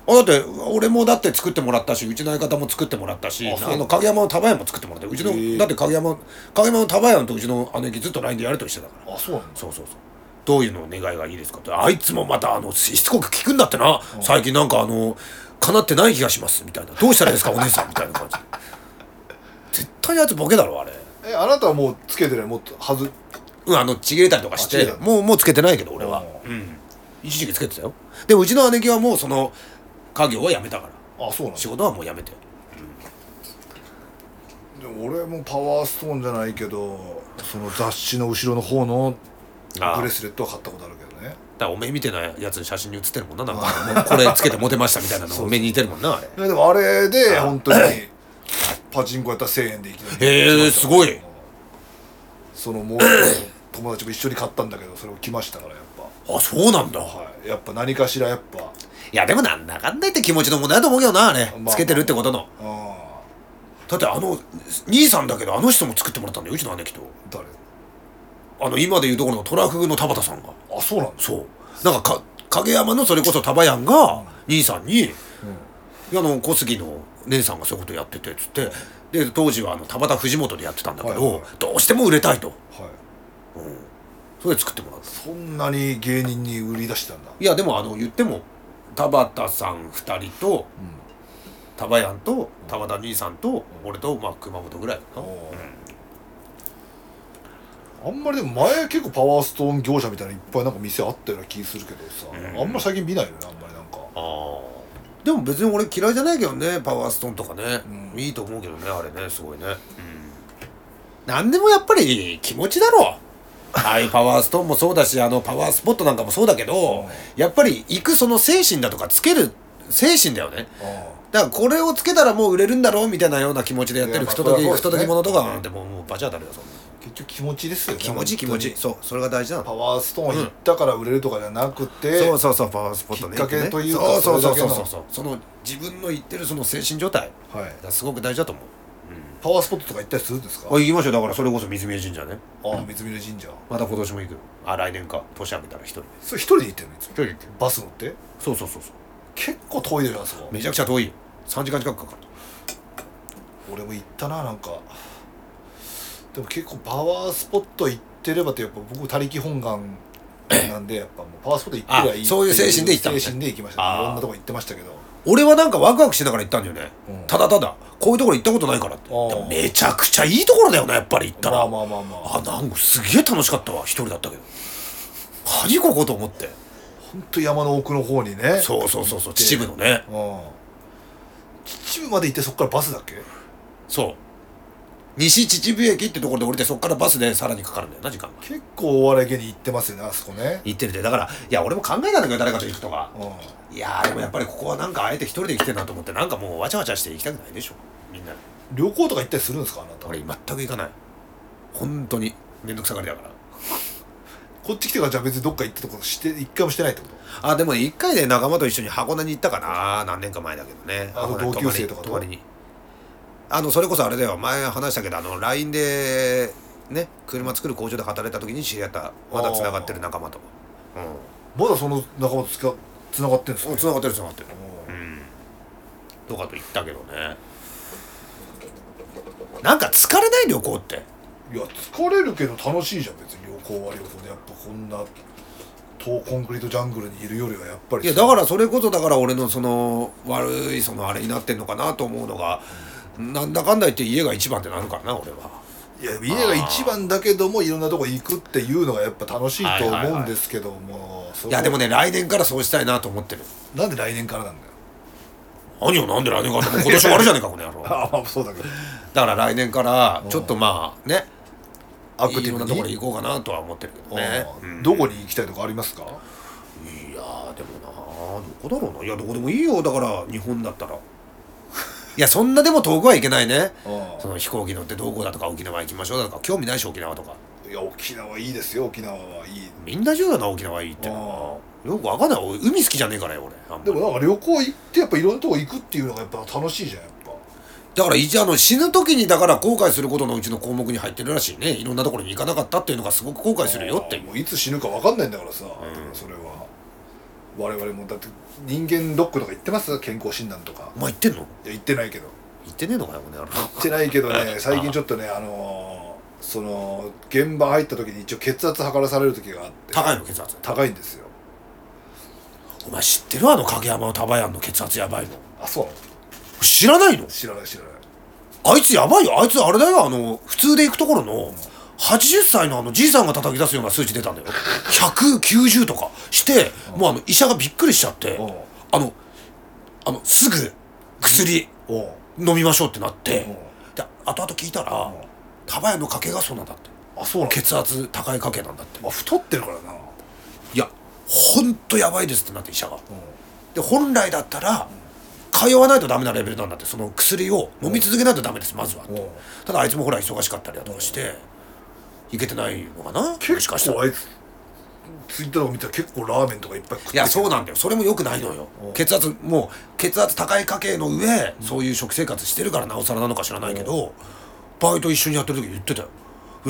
B: あだって俺もだって作ってもらったしうちの相方も作ってもらったし
A: あそう
B: あの影山の束屋も作ってもらったうちの、
A: へえ
B: だって影山影山の束屋とうちの姉貴ずっと LINE でやるとしてたから
A: あそうなんだ
B: そうそうそうどういうのを願いがいいですかってあいつもまたあのししつこく聞くんだってな最近なんかあの叶ってない気がしますみたいなどうしたらいいですかお姉さんみたいな感じ絶対あいつボケだろあれ
A: えあなたはもうつけてないもっとはず
B: うんあのちぎれたりとかし
A: あちぎ
B: て
A: れた
B: もうもうつけてないけど俺はうん一時期つけてたよでもうちの姉貴はもうその家業はやめたから
A: あそうなんだ
B: 仕事はもうやめて
A: でも俺もパワーストーンじゃないけどその雑誌の後ろの方の
B: ああ
A: ブレスレットは買ったことあるけどね
B: だからおめえみたいなやつに写真に写ってるもんななんかもうこれつけてモテましたみたいなのおめえに似てるもんなあれ
A: いやでもあれで本当にパチンコやったら1000円でいきなり
B: へえすごい
A: そのもう <coughs> 友達も一緒に買ったんだけどそれを来ましたからやっ
B: あそうなんだ
A: ぱ、はい、やっぱ何かしらやっぱ
B: いやでもなんだかんだ言って気持ちの問題だと思うけどなあれ
A: まあ
B: つけてるってことの
A: あ
B: だってあの兄さんだけどあの人も作ってもらったんだようちの姉貴と
A: ー誰
B: あの今でいうところのトラフグの田畑さんが
A: あそうなんだ
B: そうなんかか影山のそれこそ束屋が兄さんに「いやあの小杉の姉さんがそういうことやってて」っつってで当時はあの田畑藤本でやってたんだけど、
A: はいはいはい
B: どうしても売れたいと
A: はい
B: それで作ってもらった
A: そんなに芸人に売り出してたんだ
B: いやでもあの言っても田畑さん2人と束屋と田畑兄さんと俺とまあ熊本ぐらいかな
A: おーあんまりでも前結構パワーストーン業者みたいないっぱいなんか店あったような気するけどさ、
B: うん
A: あんま最近見ないよねあんまりなんか
B: あーでも別に俺嫌いじゃないけどねパワーストーンとかね、
A: うん
B: いいと思うけどねあれねすごいね、うん、何でもやっぱり気持ちだ
A: <laughs>
B: ろああいうパワーストーンもそうだしあのパワースポットなんかもそうだけど、
A: うん
B: やっぱり行くその精神だとかつける精神だよね
A: あ
B: だからこれをつけたらもう売れるんだろうみたいなような気持ちでやって
A: いや
B: る
A: まあ
B: 不届き
A: それは
B: 不
A: そうですね
B: 届き者とかなんてもうもうバチ当たるよそんな
A: ー結局気持ちですよね
B: 気持ちいい気持ちいい
A: 本当に
B: そうそれが大事なの
A: パワーストーン行ったから売れるとかじゃなくて、
B: そうそうそうパワースポットね
A: きっかけというか
B: そうそう
A: それ
B: そ
A: だけ
B: うそ
A: の
B: うそうそうその自分の言ってるその精神状態
A: はい、
B: がすごく大事だと思う
A: パワースポットとか行ったりするんですか
B: あ行きましょうだからそれこそ水宮神社ね
A: ああ三峯神社
B: また今年も行くあ来年か年明けたら一人で
A: それ一人で行ってるのいつも
B: 人で行って
A: バス乗って
B: そうそうそうそう
A: 結構遠いでしょあそこ
B: めちゃくちゃ遠いよ3時間近くかかる
A: 俺も行ったななんかでも結構パワースポット行ってればってやっぱ僕他力本願なんでやっぱもうパワースポット行ってりゃいいって
B: あそういう精神で行ったのね
A: 精神で行きましたね
B: あー
A: いろんなとこ行ってましたけど
B: 俺はなんかワクワクしながら行ったんだよね、
A: うん
B: ただただこういうところ行ったことないからってで
A: ああ
B: もめちゃくちゃいいところだよなやっぱり行ったら、
A: まあまあまあまあ
B: あなんかすげえ楽しかったわ一人だったけど何ここと思って
A: 本当山の奥の方にね
B: そうそうそうそう秩父のね
A: うん秩父まで行ってそこからバスだっけ
B: そう西秩父駅ってところで降りてそこからバスでさらにかかるんだよな時間が
A: 結構お笑い芸人行ってますよねあそこね
B: 行ってるでだからいや俺も考えたんだけど誰かと行くとか
A: う
B: いやーでもやっぱりここはなんかあえて一人で来てるなと思ってなんかもうわちゃわちゃして行きたくないでしょみんなん
A: 旅行とか行ったりするんですかあなた
B: 俺全く行かない本当に面倒くさがりだから
A: こっち来てからじゃあ別にどっか行ったとこして一回もしてないってこと
B: あでも一回で仲間と一緒に箱根に行ったかな何年か前だけどね
A: あの
B: 箱根に
A: 同級生とかと
B: 泊まりにあのそれこそあれだよ前話したけどあの LINE でね車作る工場で働いた時に知り合ったまだつながってる仲間と
A: まだその仲間とつかつながってんです
B: うん
A: か
B: つながってるつながってる
A: うん
B: うんとかと言ったけどねなんか疲れない旅行って
A: いや疲れるけど楽しいじゃん別に旅行は旅行でやっぱこんなとコンクリートジャングルにいるよりはやっぱり
B: いやだからそれこそだから俺のその悪いそのあれになってんのかなと思うのが、なんだかんだ言って家が一番ってなるからな俺は。
A: いや家が一番だけどもいろんなとこ行くっていうのがやっぱ楽しいと
B: はいはい
A: 思う
B: は
A: ん
B: い
A: ですけどもそこ
B: いやでもね来年からそうしたいなと思ってる。
A: なんで来年から
B: <laughs>
A: なんだよ
B: 何よなんで来年からってもう今年終わるじゃねえかこの野郎。だ
A: ああそうだけど
B: から来年からちょっとまあね
A: ア
B: いろんなところ
A: に
B: 行こうかなとは思ってるけどね。
A: ああ
B: うん
A: どこに行きたいとかありますか
B: いやーでもなーどこだろうないやどこでもいいよだから日本だったら <laughs> いやそんなでも遠くはいけないね
A: ああ
B: その飛行機乗ってどこだとか沖縄行きましょうだとか興味ないし沖縄とか
A: いや沖縄いいですよ沖縄はいい
B: みんな中だな沖縄いいってな
A: あ
B: よくわかんない俺海好きじゃねえからよ俺あんまり
A: でもなんか旅行行ってやっぱいろんなとこ行くっていうのがやっぱ楽しいじゃんやっぱ
B: だから一応あの死ぬ時にだから後悔することのうちの項目に入ってるらしいねいろんなところに行かなかったっていうのがすごく後悔するよっていう
A: もういつ死ぬか分かんないんだからさ、
B: ん
A: それは我々もだって人間ドックとか言ってます健康診断とか
B: お前行ってんの
A: いや言ってないけど
B: 行ってねえのかよこの野郎
A: 言ってないけど
B: <laughs>
A: ね最近ちょっとねあのーその現場入った時に一応血圧測らされる時があって
B: 高いの血圧
A: 高いんですよ
B: お前知ってるあの影山のタバヤンの血圧やばいの
A: あそうなの
B: 知らないの
A: 知らない知らない
B: あいつやばいよあいつあれだよあの普通で行くところの80歳のあのじいさんが叩き出すような数値出たんだよ190とかしてもうあの医者がびっくりしちゃって
A: うん
B: あのあのすぐ薬
A: おう
B: 飲みましょうってなって
A: うん
B: で後々聞いたら
A: ん
B: タバヤの賭けがそうなんだって
A: あそうなの
B: 血圧高い賭けなんだって
A: まあ、太ってるからな、
B: いやほんとやばいですってなって医者がで本来だったら通わないとダメなレベルなんだってその薬を飲み続けないとダメですまずは
A: うん
B: ただあいつもほら忙しかったりだとかして行けてないのかなもし
A: 結
B: かした
A: 構
B: ら
A: あいつツイッターとか見たら結構ラーメンとかいっぱい食って
B: いやそう
A: な
B: なんだよそれも良くないのよ
A: うん
B: 血圧もう血圧高い家系の上そういう食生活してるからなおさらなのか知らないけどバイト一緒にやってる時言ってたよ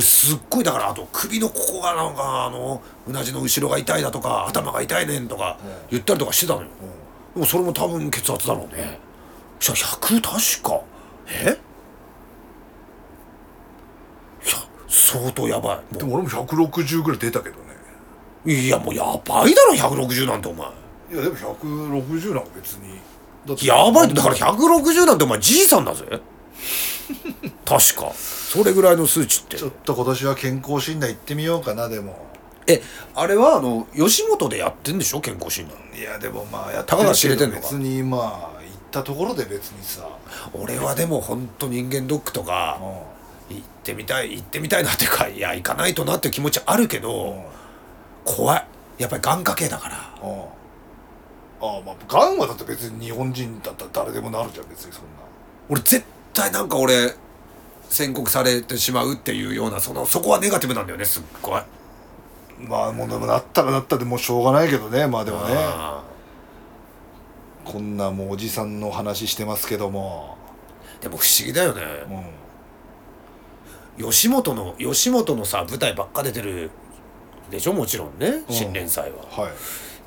B: すっごいだからあと首のここがなんかあのうなじの後ろが痛いだとか頭が痛いねんとか言ったりとかしてたのよでもそれも多分血圧だろうねじゃ100確かえいや相当やばいもう
A: でも俺も160ぐらい出たけどね
B: いやもうやばいだろ160なんてお前
A: いやでも160なんか別にだって
B: やばいってだから160なんてお前じいさんだぜ確かそれぐらいの数値って
A: ちょっと今年は健康診断行ってみようかなでも
B: えあれはあの吉本でやってんでしょ健康診断
A: いやでもまあやって
B: たかが知れてんのか
A: 別にまあ行ったところで別にさ
B: 俺はでも本当人間ドックとか行ってみたい行ってみたいなっていうかいや行かないとなっていう気持ちあるけど、
A: うん
B: 怖いやっぱり眼科系だから
A: うんああまあがんはだって別に日本人だったら誰でもなるじゃん別にそんな
B: 俺絶対なんか俺宣告されてしまうっていうようなそのそこはネガティブなんだよねすっごい
A: まあもうでもなったらなったでもうしょうがないけどねまあでもね
B: あ
A: こんなもうおじさんの話してますけども
B: ーでも不思議だよね
A: うん
B: 吉本の吉本のさ舞台ばっか出てるでしょもちろんね
A: うん
B: 新連載は、
A: はい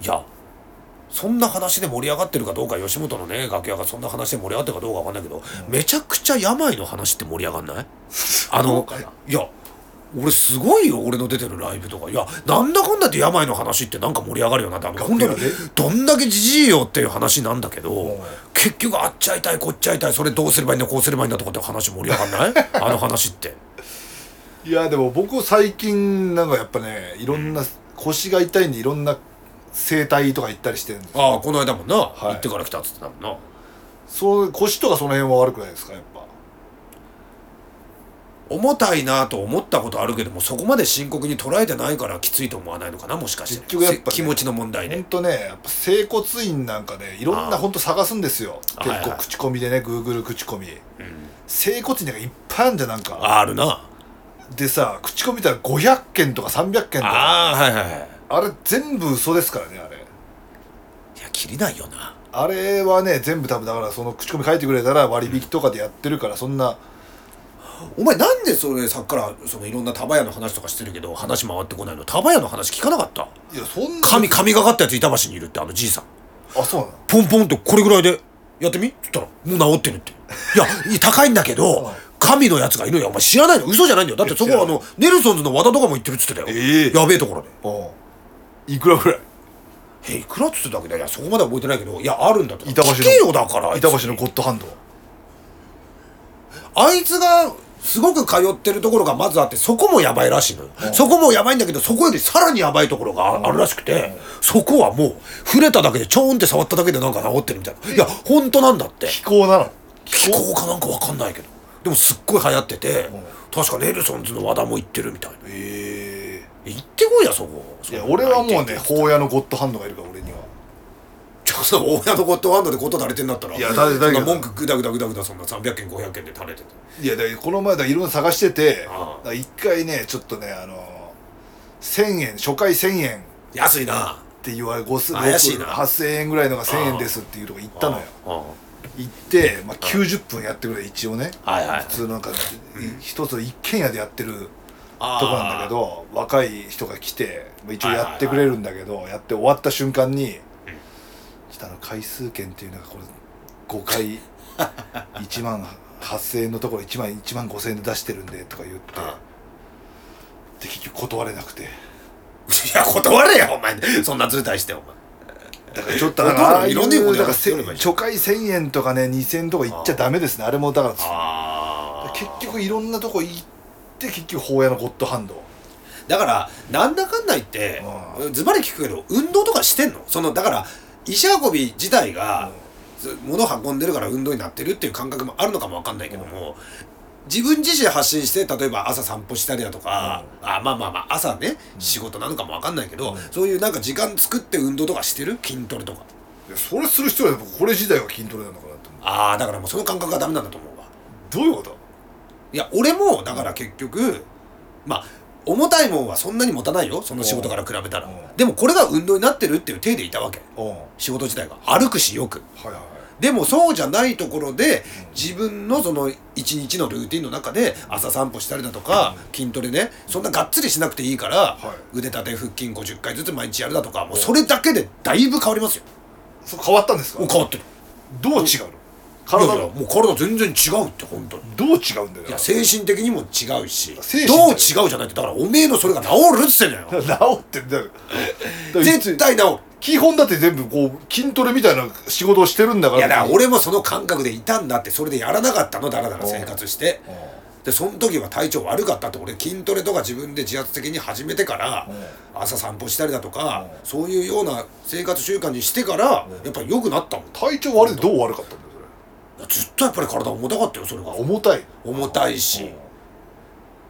B: いやそんな話で盛り上がってるかどうか吉本のね楽屋がそんな話で盛り上がってるかどうかわかんないけど、めちゃくちゃ病の話って盛り上がん <laughs> ないあ
A: そ
B: の
A: うかない
B: や俺すごいよ俺の出てるライブとかいやなんだかんだって病の話ってなんか盛り上がるよなってあの
A: 楽
B: 本
A: 屋
B: 当
A: で
B: にどんだけじじいよっていう話なんだけど、
A: ん
B: 結局あっちゃいたいこっちゃいたいそれどうすればいいんだこうすればいいんだとかって話盛り上が <laughs> んないあの話って
A: いやでも僕最近なんかやっぱねいろんな腰が痛いんでいろんな整体とか行ったりしてるんです
B: ああこの間もな、
A: い
B: 行ってから来たっつってたもんな
A: そう腰とかその辺は悪くないですかやっぱ
B: 重たいなと思ったことあるけどもそこまで深刻に捉えてないからきついと思わないのかなもしかして
A: 結局やっぱね
B: せ気持ちの問題
A: ほん
B: で
A: とねやっぱ整骨院なんかねいろんな
B: あー
A: ほんと探すんですよ
B: あ
A: 結
B: はいは
A: 構
B: い
A: 口コミでねグーグル口コミ整骨院なんかいっぱいあるんじゃんなんか
B: あるな
A: でさ口コミ見たら500件とか300件とか
B: ああはいはいはい
A: あれ全部嘘ですからねあれ
B: いや切りないよな
A: あれはね全部多分だからその口コミ書いてくれたら割引とかでやってるからそんな
B: お前なんでそれさっきからそのいろんなタバヤの話とかしてるけど話回ってこないのタバヤの話聞かなかった
A: いやそんな
B: 神神がかったやつ板橋にいるってあのじいさん
A: あそうなの
B: ポンポンとこれぐらいでやってみっつったらもう治ってるっていやいや高いんだけど神のやつがいるよお前知らないの嘘じゃないんだよだってそこは
A: い
B: あ
A: や
B: のネルソンズの和田とかも言ってるっつってたよ、
A: ええ
B: やべえところで
A: おいくらぐらい
B: えいくらっつってたわけだいやそこまでは覚えてないけどいやあるんだと
A: 板橋の
B: 聞けよだからあいつ
A: 板橋のゴッドハンドは
B: あいつがすごく通ってるところがまずあってそこもやばいらしいのよ、そこもやばいんだけどそこよりさらにやばいところがああるらしくて、そこはもう触れただけでちょんって触っただけでなんか治ってるみたいないや本当なんだって
A: 気候なの
B: 気候かなんかわかんないけどでもすっごい流行ってて、確かネルソンズの和田も行ってるみたいな
A: え
B: 行ってこいやそこ
A: えいや俺はもう
B: ち
A: ね法屋のゴッドハンドがいるから俺には
B: ょっと親のゴッドハンドで事垂れてんだったら
A: いやだだ
B: そんな
A: けど
B: 文句グダグダグダグダそんな300件500件で垂れてて
A: いやだからこの前だからいろいろ探してて
B: ああ
A: だから一回ねちょっとねあの1000円初回1000円っ
B: 安いな
A: て言われ5000
B: 怪しいな
A: 8000円ぐらいのが1000円ですっていうとこ行ったのよ
B: あ
A: 行って、まあ、90分やってくれ一応ね
B: あはいはい
A: 普通なんか一つの一軒家でやってる
B: あ
A: とこなんだけど若い人が来てまあ一応やってくれるんだけどやって終わった瞬間に「下の回数券っていうのがこれ5回 <laughs> 1万8,000円のところ1万1万5,000円で出してるんで」とか言って
B: うん
A: で結局断れなくて
B: いや断れよお前そんな図体してお前
A: だからちょっと
B: 断
A: だ
B: る
A: からああい
B: いろんな意味
A: う
B: で
A: だから
B: 断
A: せ
B: ればいい
A: 初回1,000円とかね2,000円とか行っちゃダメですねあれもだから
B: あ
A: 結局いろんなとこ行って結局法屋のゴッドハンド
B: だからなんだかんだ言ってズバリ聞くけど運動とかしてんのそのだから石運び自体がず物を運んでるから運動になってるっていう感覚もあるのかもわかんないけども自分自身発信して例えば朝散歩したりだとか、あまあまあまあ朝ね仕事なのかもわかんないけど、そういうなんか時間作って運動とかしてる筋トレとか
A: いやそれする必要はないこれ自体が筋トレなんだからって思う
B: ああだからもうその感覚がダメなんだと思うわ
A: どういうこと
B: いや俺もだから結局まあ重たいもんはそんなに持たないよその仕事から比べたら
A: うん
B: でもこれが運動になってるっていう体でいたわけ
A: うんはい
B: 仕事自体が歩くしよく
A: はいはい
B: でもそうじゃないところで自分のその一日のルーティンの中で朝散歩したりだとか筋トレねそんながっつりしなくていいから
A: い
B: 腕立て腹筋50回ずつ毎日やるだとかもうそれだけでだいぶ変わりますよ
A: そう変わったんですか
B: もう変わってる
A: どう違うの
B: い
A: 体
B: やいや
A: が
B: もう体全然違うって本当に
A: どう違うんだよ
B: いや精神的にも違うし
A: 精神
B: どう違うじゃないってだからおめえのそれが治るっつってんだよ
A: だから治ってんだよ
B: <laughs>
A: だから
B: 絶対治る
A: 基本だって全部こう筋トレみたいな仕事をしてるんだか
B: い
A: ら
B: やだから俺もその感覚でいたんだってそれでやらなかったのだらだら生活して
A: うん
B: でその時は体調悪かったって俺筋トレとか自分で自発的に始めてから朝散歩したりだとかそういうような生活習慣にしてからやっぱり良くなったもんい
A: 体調悪いでどう悪かったんだよ
B: やずっとやっぱり体重たかったよそれが
A: それ重たい
B: 重たいし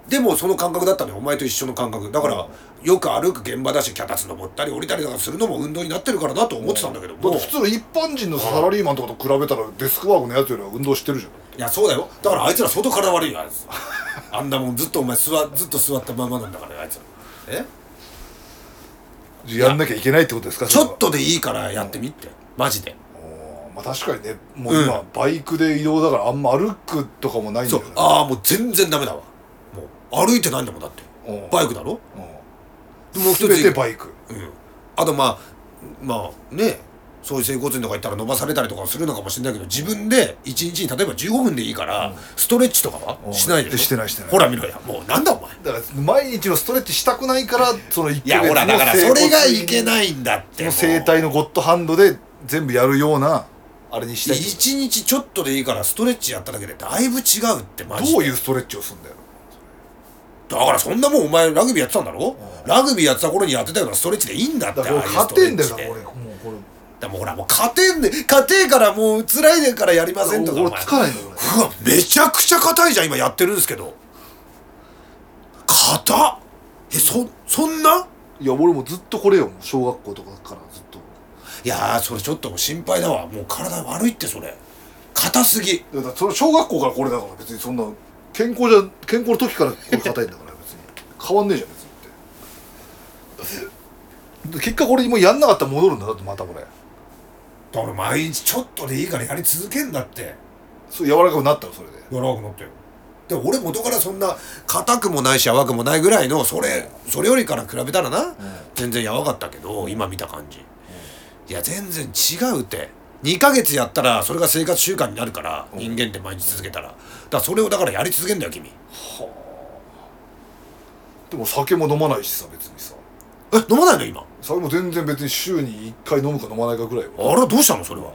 B: でもその感覚だったのよお前と一緒の感覚だからよく歩く現場だし脚立登ったり降りたりとかするのも運動になってるからなと思ってたんだけど
A: だっ
B: も
A: て普通の一般人のサラリーマンとかと比べたらデスクワークのやつよりは運動してるじゃん
B: いやそうだよだからあいつら相当体悪いよあいつあんなもんずっとお前座ずっと座ったままなんだからあいつらえ
A: やんなきゃいけないってことですか
B: ちょっ
A: と
B: とでいいからやってみってマジで
A: まあ確かにねもう今バイクで移動だからあんま歩くとかもないんだ
B: そ
A: よ
B: う
A: ね
B: ああもう全然ダメだわもう歩いてないんだもんだって
A: うん
B: バイクだろ
A: うん
B: もう一つ
A: 全てバイク
B: うんあとまあまあねそういう整骨院とか行ったら伸ばされたりとかするのかもしれないけど自分で1日に例えば15分でいいからストレッチとか
A: う
B: は
A: ん
B: しないでょ
A: してないしてない
B: ほら見ろやもうなんだお前
A: だから毎日のストレッチしたくないからその一
B: いやほらだからそれがいけないんだってもう
A: 生体のゴッドハンドで全部やるようなあれにしたいって
B: 一日ちょっとでいいからストレッチやっただけでだいぶ違うってマジ
A: どう
B: で
A: いうストレッチをするんだよ
B: だからそんなもんお前ラグビーやってたんだろラグビーやってた頃にやってたようなストレッチでいいんだって
A: だから俺
B: ああいう
A: 勝てんだよ
B: スト
A: な
B: レッチ
A: 俺
B: で
A: もうこれ
B: でもほらもう勝てんで勝てえからもう辛いでからやりませんとかお
A: 俺
B: 前
A: つかないんだよ
B: うわめちゃくちゃ硬いじゃん今やってるんですけど硬っえそそんな
A: 俺いや俺もずっとこれよもう小学校とかからずっと
B: いやーそれちょっと心配だわもう体悪いってそれ硬すぎ
A: いやだからその小学校からこれだから別にそんな健康じゃ健康の時からこれ硬いんだから別に変わんねえじゃん別にって結果これもうやんなかったら戻るんだだってまたこれ
B: だから毎日ちょっとでいいからやり続けんだって
A: そう柔らかくなったのそれで
B: 柔らかくなったよでも俺元からそんな硬くもないし柔くもないぐらいのそれそれよりから比べたらな、全然柔かったけど今見た感じ、いや全然違うって2ヶ月やったらそれが生活習慣になるから人間って毎日続けたらだからそれをだからやり続けんだよ君
A: でも酒も飲まないしさ別にさ
B: え飲まないの今
A: 酒も全然別に週に1回飲むか飲まないかぐらい
B: あ
A: は
B: らどうしたのそれは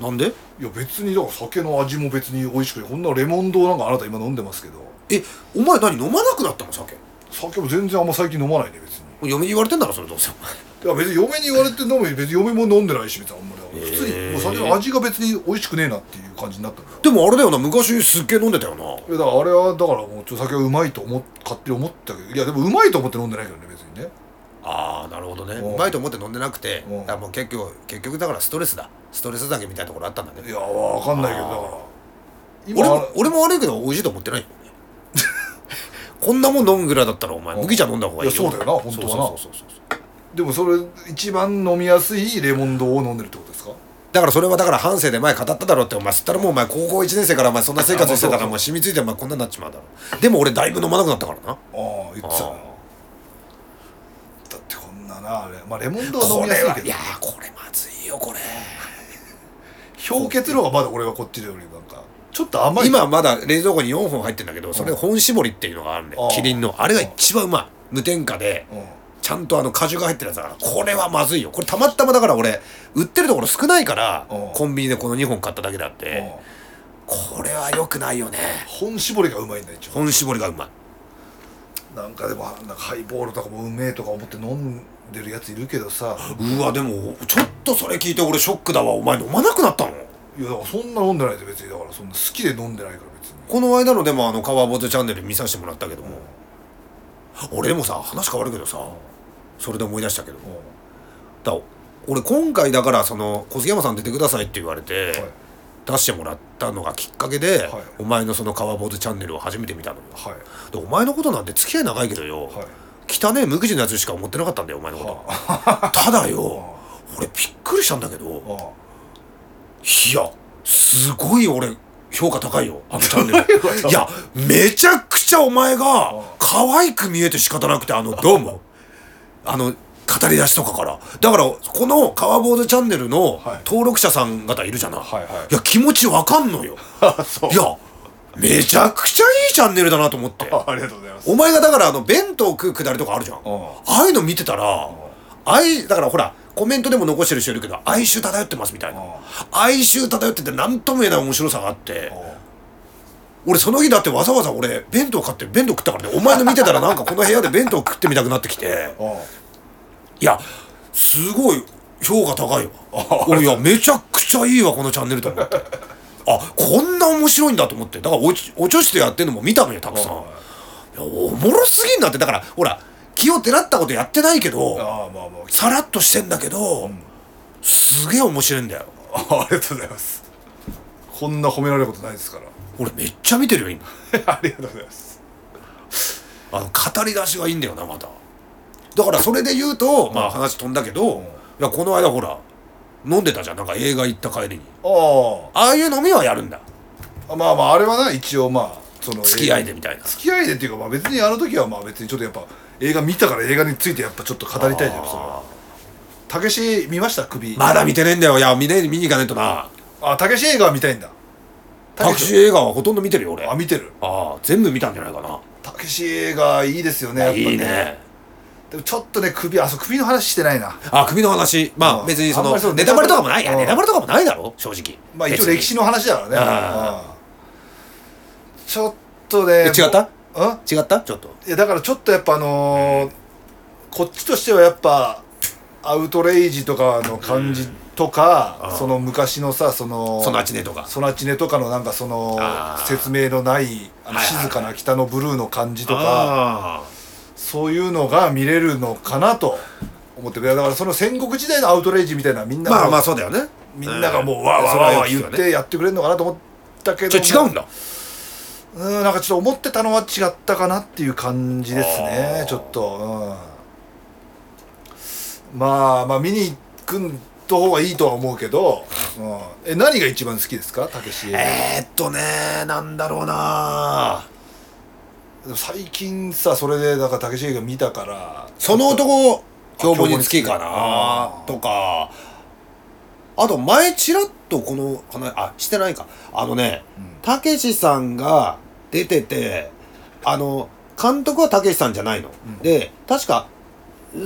B: なんで
A: いや別にだから酒の味も別に美味しくてこんなレモン堂なんかあなた今飲んでますけど
B: えお前何飲まなくなったの酒
A: 酒も全然あんま最近飲まないね別に
B: 嫁に言われてんだろそれどうせお前
A: いや別に嫁に言われて飲む別に嫁も飲んでないし別にあんまり普通にもう酒の味が別に美味しくねえなっていう感じになったんだよ
B: でもあれだよな昔すっげえ飲んでたよない
A: やだからあれはだからもうちょっと酒はうまいと思っ勝手に思ったけどいやでもうまいと思って飲んでないけどね別にね
B: ああなるほどね
A: うん
B: うまいと思って飲んでなくて
A: うん
B: だからもう結局結局だからストレスだストレスだけみたいなところあったんだ
A: い
B: ね
A: やわかんないけどだから今
B: 俺も俺も悪いけど美味しいと思ってないよね <laughs> こんなもん飲むぐらいだったらお前麦茶飲んだ方がいい
A: いやそうだよな本当はな
B: そうそうそうそう
A: でもそれ一番飲みやすいレモンドを飲んでるってことですか
B: だからそれはだから半生で前語っただろうってお前吸ったらもうお前高校1年生からお前そんな生活してたからもう染みついてお前こんなになっちまうだろでも俺だいぶ飲まなくなったからな
A: ああ言ってたな
B: あ
A: だってこんななあれまあレモンドは飲
B: こ
A: みや
B: れ
A: すい
B: は
A: け
B: い
A: ど
B: やーこれまずいよこれ
A: 氷結の方がまだ俺はこっちよりなんかちょっと甘い
B: 今まだ冷蔵庫に4本入ってんだけどそれ本搾りっていうのがあるね
A: ああ
B: キリンのあれが一番うまい無添加で
A: うん
B: ちゃんとあの果汁が入ってるやつだからこれはまずいよこれたまたまだから俺売ってるところ少ないから
A: ああ
B: コンビニでこの2本買っただけであっ
A: うん
B: てこれは良くないよね
A: 本搾りがうまいんだ一応
B: 本搾りがうまい
A: なんかでもなんかハイボールとかもうめえとか思って飲んでるやついるけどさ
B: うわでもちょっとそれ聞いて俺ショックだわお前飲まなくなったの
A: いやだからそんな飲んでないで別にだからそんな好きで飲んでないから別に
B: この間のでもあの川坊主チャンネル見させてもらったけども俺でもさ話変わるけどさそれで思い出したけど
A: うん
B: だ俺今回だからその「小杉山さん出てください」って言われ
A: は
B: て、
A: い
B: 出してもらったのがきっかけで、
A: はい
B: お前のその川坊主チャンネルを初めて見たのよ
A: はい
B: でお前のことなんて付き合い長いけどよ、
A: はい
B: 汚ねえ無口なやつしか思ってなかったんだよお前のこと、ただよ俺びっくりしたんだけど
A: ああ
B: いやすごい俺評価高いよあのチャンネ
A: <laughs>
B: ルいやめちゃくちゃお前が可愛く見えて仕方なくてあのどうもあの語り出しとかからだからこの「川坊主チャンネル」
A: は
B: の
A: い
B: 登録者さん方いるじゃない、
A: はいはい
B: や気持ちわかん
A: <laughs>
B: のよいやめちゃくちゃいいチャンネルだなと
A: <laughs>
B: 思って
A: あありがとうございます
B: お前がだからあの弁当食うくだりとかあるじゃん
A: うん
B: ああいうの見てたら愛だからほらコメントでも残してる人いるけど哀愁漂ってますみたいな
A: うん
B: 哀愁漂ってて何とも言えない面白さがあって俺その日だってわざわざ俺弁当買って弁当食ったからねお前の見てたらなんかこの部屋で弁当食ってみたくなってきて
A: ああ
B: いやすごい評価高いわ俺いやめちゃくちゃいいわこのチャンネルと思ってあこんな面白いんだと思ってだからおちおちょしてやってんのも見たのよたくさんいやおもろすぎんだってだからほら気をてらったことやってないけど
A: ああまあまあ
B: さらっとしてんだけど、すげえ面白いんだよ
A: <laughs>
B: <laughs>
A: あありがとうございますこんな褒められることないですから
B: 俺めっちゃ見てるよ今 <laughs>
A: ありがとうございます
B: あの語り出しがいいんだよなまただからそれで言うと、まあ話飛んだけど、いやこの間ほら飲んでたじゃんなんか映画行った帰りに
A: あ
B: ああいう飲みはやるんだ
A: あまあまああれはな一応まあその
B: 付き合いでみたいな
A: 付き合いでっていうかまあ別にあの時はまあ別にちょっとやっぱ映画見たから映画についてやっぱちょっと語りたいじゃんそれはたけし見ました首
B: まだ見てねえんだよいや見,、ね、見に行かねえとな
A: あたけし映画は見たいんだ
B: タクシー映画はほとんど見てるよ俺
A: あ
B: あ
A: 見てる
B: あ全部見たんじゃないかな
A: たけし映画いいですよねやっぱ
B: いいね
A: でもちょっとね首あそう首の話してないな
B: あ首の話ま
A: う
B: あ
A: ん
B: 別にそ
A: あんま
B: の
A: りそう
B: ネタバレとかもないいや
A: うん
B: ネタバレとかもないだろ正直
A: まあ一応歴史の話だからね
B: あ
A: うんちょっとね
B: え違った
A: もううん
B: 違ったちょっと
A: いやだからちょっとやっぱあのーこっちとしてはやっぱアウトレイジとかの感じとか、その昔のさその
B: ソナチネとか
A: ソナチネとかのなんかその
B: あー
A: 説明のないあの
B: はいはいはい
A: 静かな北のブルーの感じとか、
B: ああ
A: そういうのが見れるのかなと思っていやだからその戦国時代のアウトレイジみたいなみんなが
B: まあまあそうだよね
A: みんながもうわーわーわーわー言ってやってくれるのかなと思ったけど
B: ちょ
A: も
B: 違うんだ
A: うんなんかちょっと思ってたのは違ったかなっていう感じですね
B: あー
A: ちょっと、うん、まあまあ見に行くんと方がいいとは思うけど、うん、え何が一番好きですかたけし
B: えー、っとねなんだろうな
A: 最近さそれでなんかたけし映画見たから
B: その男凶暴につきか
A: あ
B: なとかあと前ちらっとこの話あしてないかあのねたけしさんが出ててあの監督はたけしさんじゃないの、
A: うん
B: で確か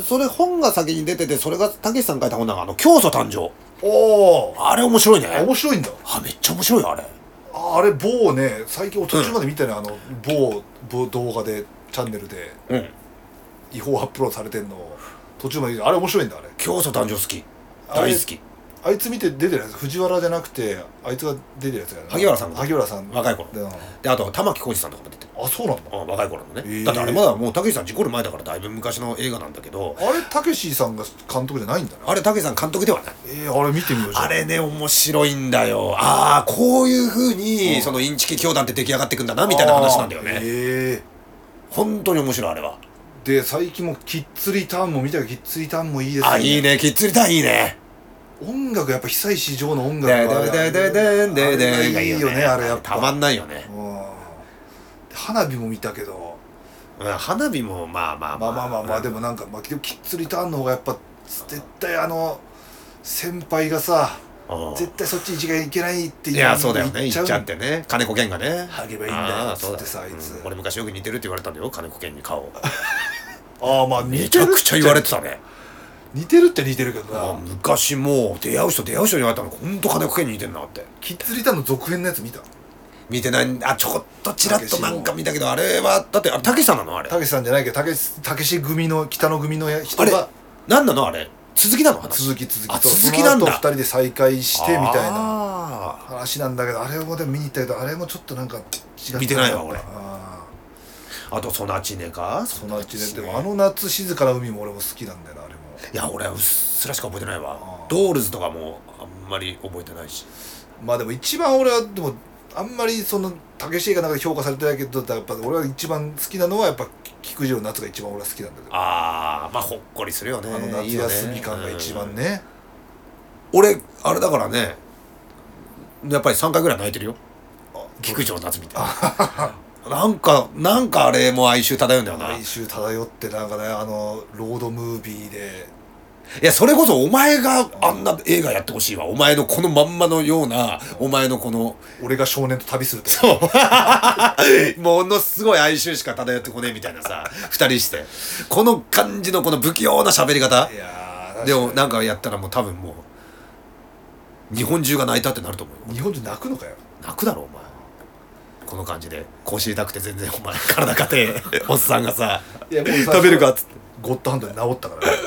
B: それ本が先に出ててそれがたけしさん書いた本だからあの「教祖誕生
A: お」ー
B: あれ面白いね
A: あ面白いんだ
B: あめっちゃ面白いよあれ
A: ああれ某ね最近お途中まで見たね、あの某某動画でチャンネルで
B: うん
A: 違法アップロードされてんのを途中まで見てあれ面白いんだあれ
B: 教祖誕生好き
A: あれ
B: 大好き
A: あいつ見て出てるやつ藤原じゃなくてあいつが出てるやつやな
B: 萩原さんが
A: 萩原さん
B: 若い頃
A: でうん
B: であと玉置浩二さんとかも出てる
A: あそうなんだ
B: うん若い頃のね、
A: へー
B: だってあれまだもうたけしさん事故る前だからだいぶ昔の映画なんだけど
A: あれたけしさんが監督じゃないんだな
B: あれたけしさん監督ではない
A: えー、あれ見てみようじゃん
B: あれね面白いんだよああこういうふう
A: う
B: に
A: ん
B: そのインチキ教団って出来上がってくんだなみたいな話なんだよ
A: あーへ
B: ね
A: え
B: 本当に面白いあれは
A: で最近もキッズリターンも見たけどキッズリターンもいいですよね
B: あいいねきっつりたいいね
A: 音楽やっぱ久石譲の音楽
B: で
A: は
B: でででんで
A: あ
B: で
A: れ
B: ん
A: が
B: が
A: い
B: い
A: い
B: い
A: よ
B: よ
A: ね
B: ね
A: あれやっぱ
B: たまんないよね
A: うん花火も見たけど
B: うん花火もまあまあ
A: まあまあまあまあで
B: も
A: もなんか、まあ、でもキッズリターンの方がやっぱ絶対あの先輩がさ絶対そっち一がいけないって
B: い
A: いう
B: やそうだよね
A: 言
B: 行っちゃってね金子健がね
A: 励めばいいんだよ
B: あーそう
A: つってさあいつ
B: うん俺昔よく似てるって言われたんだよ金子健に顔
A: ああまあ
B: め
A: 似
B: ち
A: て
B: ゃ
A: る
B: くちゃ言われてたね
A: 似てるって似てるけどな
B: あ昔もう出会う人出会う人に言われたのほんと金子健に似てんなって
A: キッズリターンの続編のやつ見た
B: 見てないあちょこっとちらっとなんか見たけどあれはだってあれたけしさんなのあれ
A: たけしさんじゃないけどたけしたけし組の北野組のや人
B: あれ
A: が
B: 何なのあれ続きなの話
A: 続き続
B: あ
A: きと
B: 続きなん
A: その
B: だ
A: 後二人で再会してみたいな
B: な
A: 話なんだけどあれもでも見に行ったけどあれもちょっとなんか違った
B: 見てないわ俺
A: あー
B: あとソナチネか
A: そのうちねでもあ
B: い
A: の夏静かな海も俺も好きなんだよなあれも
B: や俺はうっすらしか覚えてないわ
A: あー
B: ドールズとかもあんまり覚えてないし
A: まあでも一番俺はでもあんまりそのたけし映画なんか評価されてないけどやっぱ俺は一番好きなのはやっぱ菊次郎の夏が一番俺は好きなんだけど
B: ああまあほっこりするよね
A: あの
B: い
A: 夏
B: いよね
A: 休み感が一番ね
B: 俺あれだからねやっぱり3回ぐらい泣いてるよ
A: あ
B: 菊池の夏みたいななんかなんかあれも哀愁漂うんだよな
A: 哀
B: い
A: 愁漂ってなんかねあのロードムービーで
B: やそれこそお前があんな映画やってほしいわお前のこのまんまのようなお前のこの
A: 俺が少年と旅するって
B: <laughs> ものすごい哀愁しか漂ってこねえみたいなさ二人してこの感じのこの不器用な喋り方
A: いやー
B: でも
A: 確か
B: なんかやったらもう多分もう日本中が泣いたってなると思うよ
A: に日本人泣くのかよ
B: 泣くだろお前この感じで腰痛くて全然お前体硬え <laughs> おっさんがさ
A: いやもう最初
B: 食べるかっつって
A: ゴッドハンドで治ったからね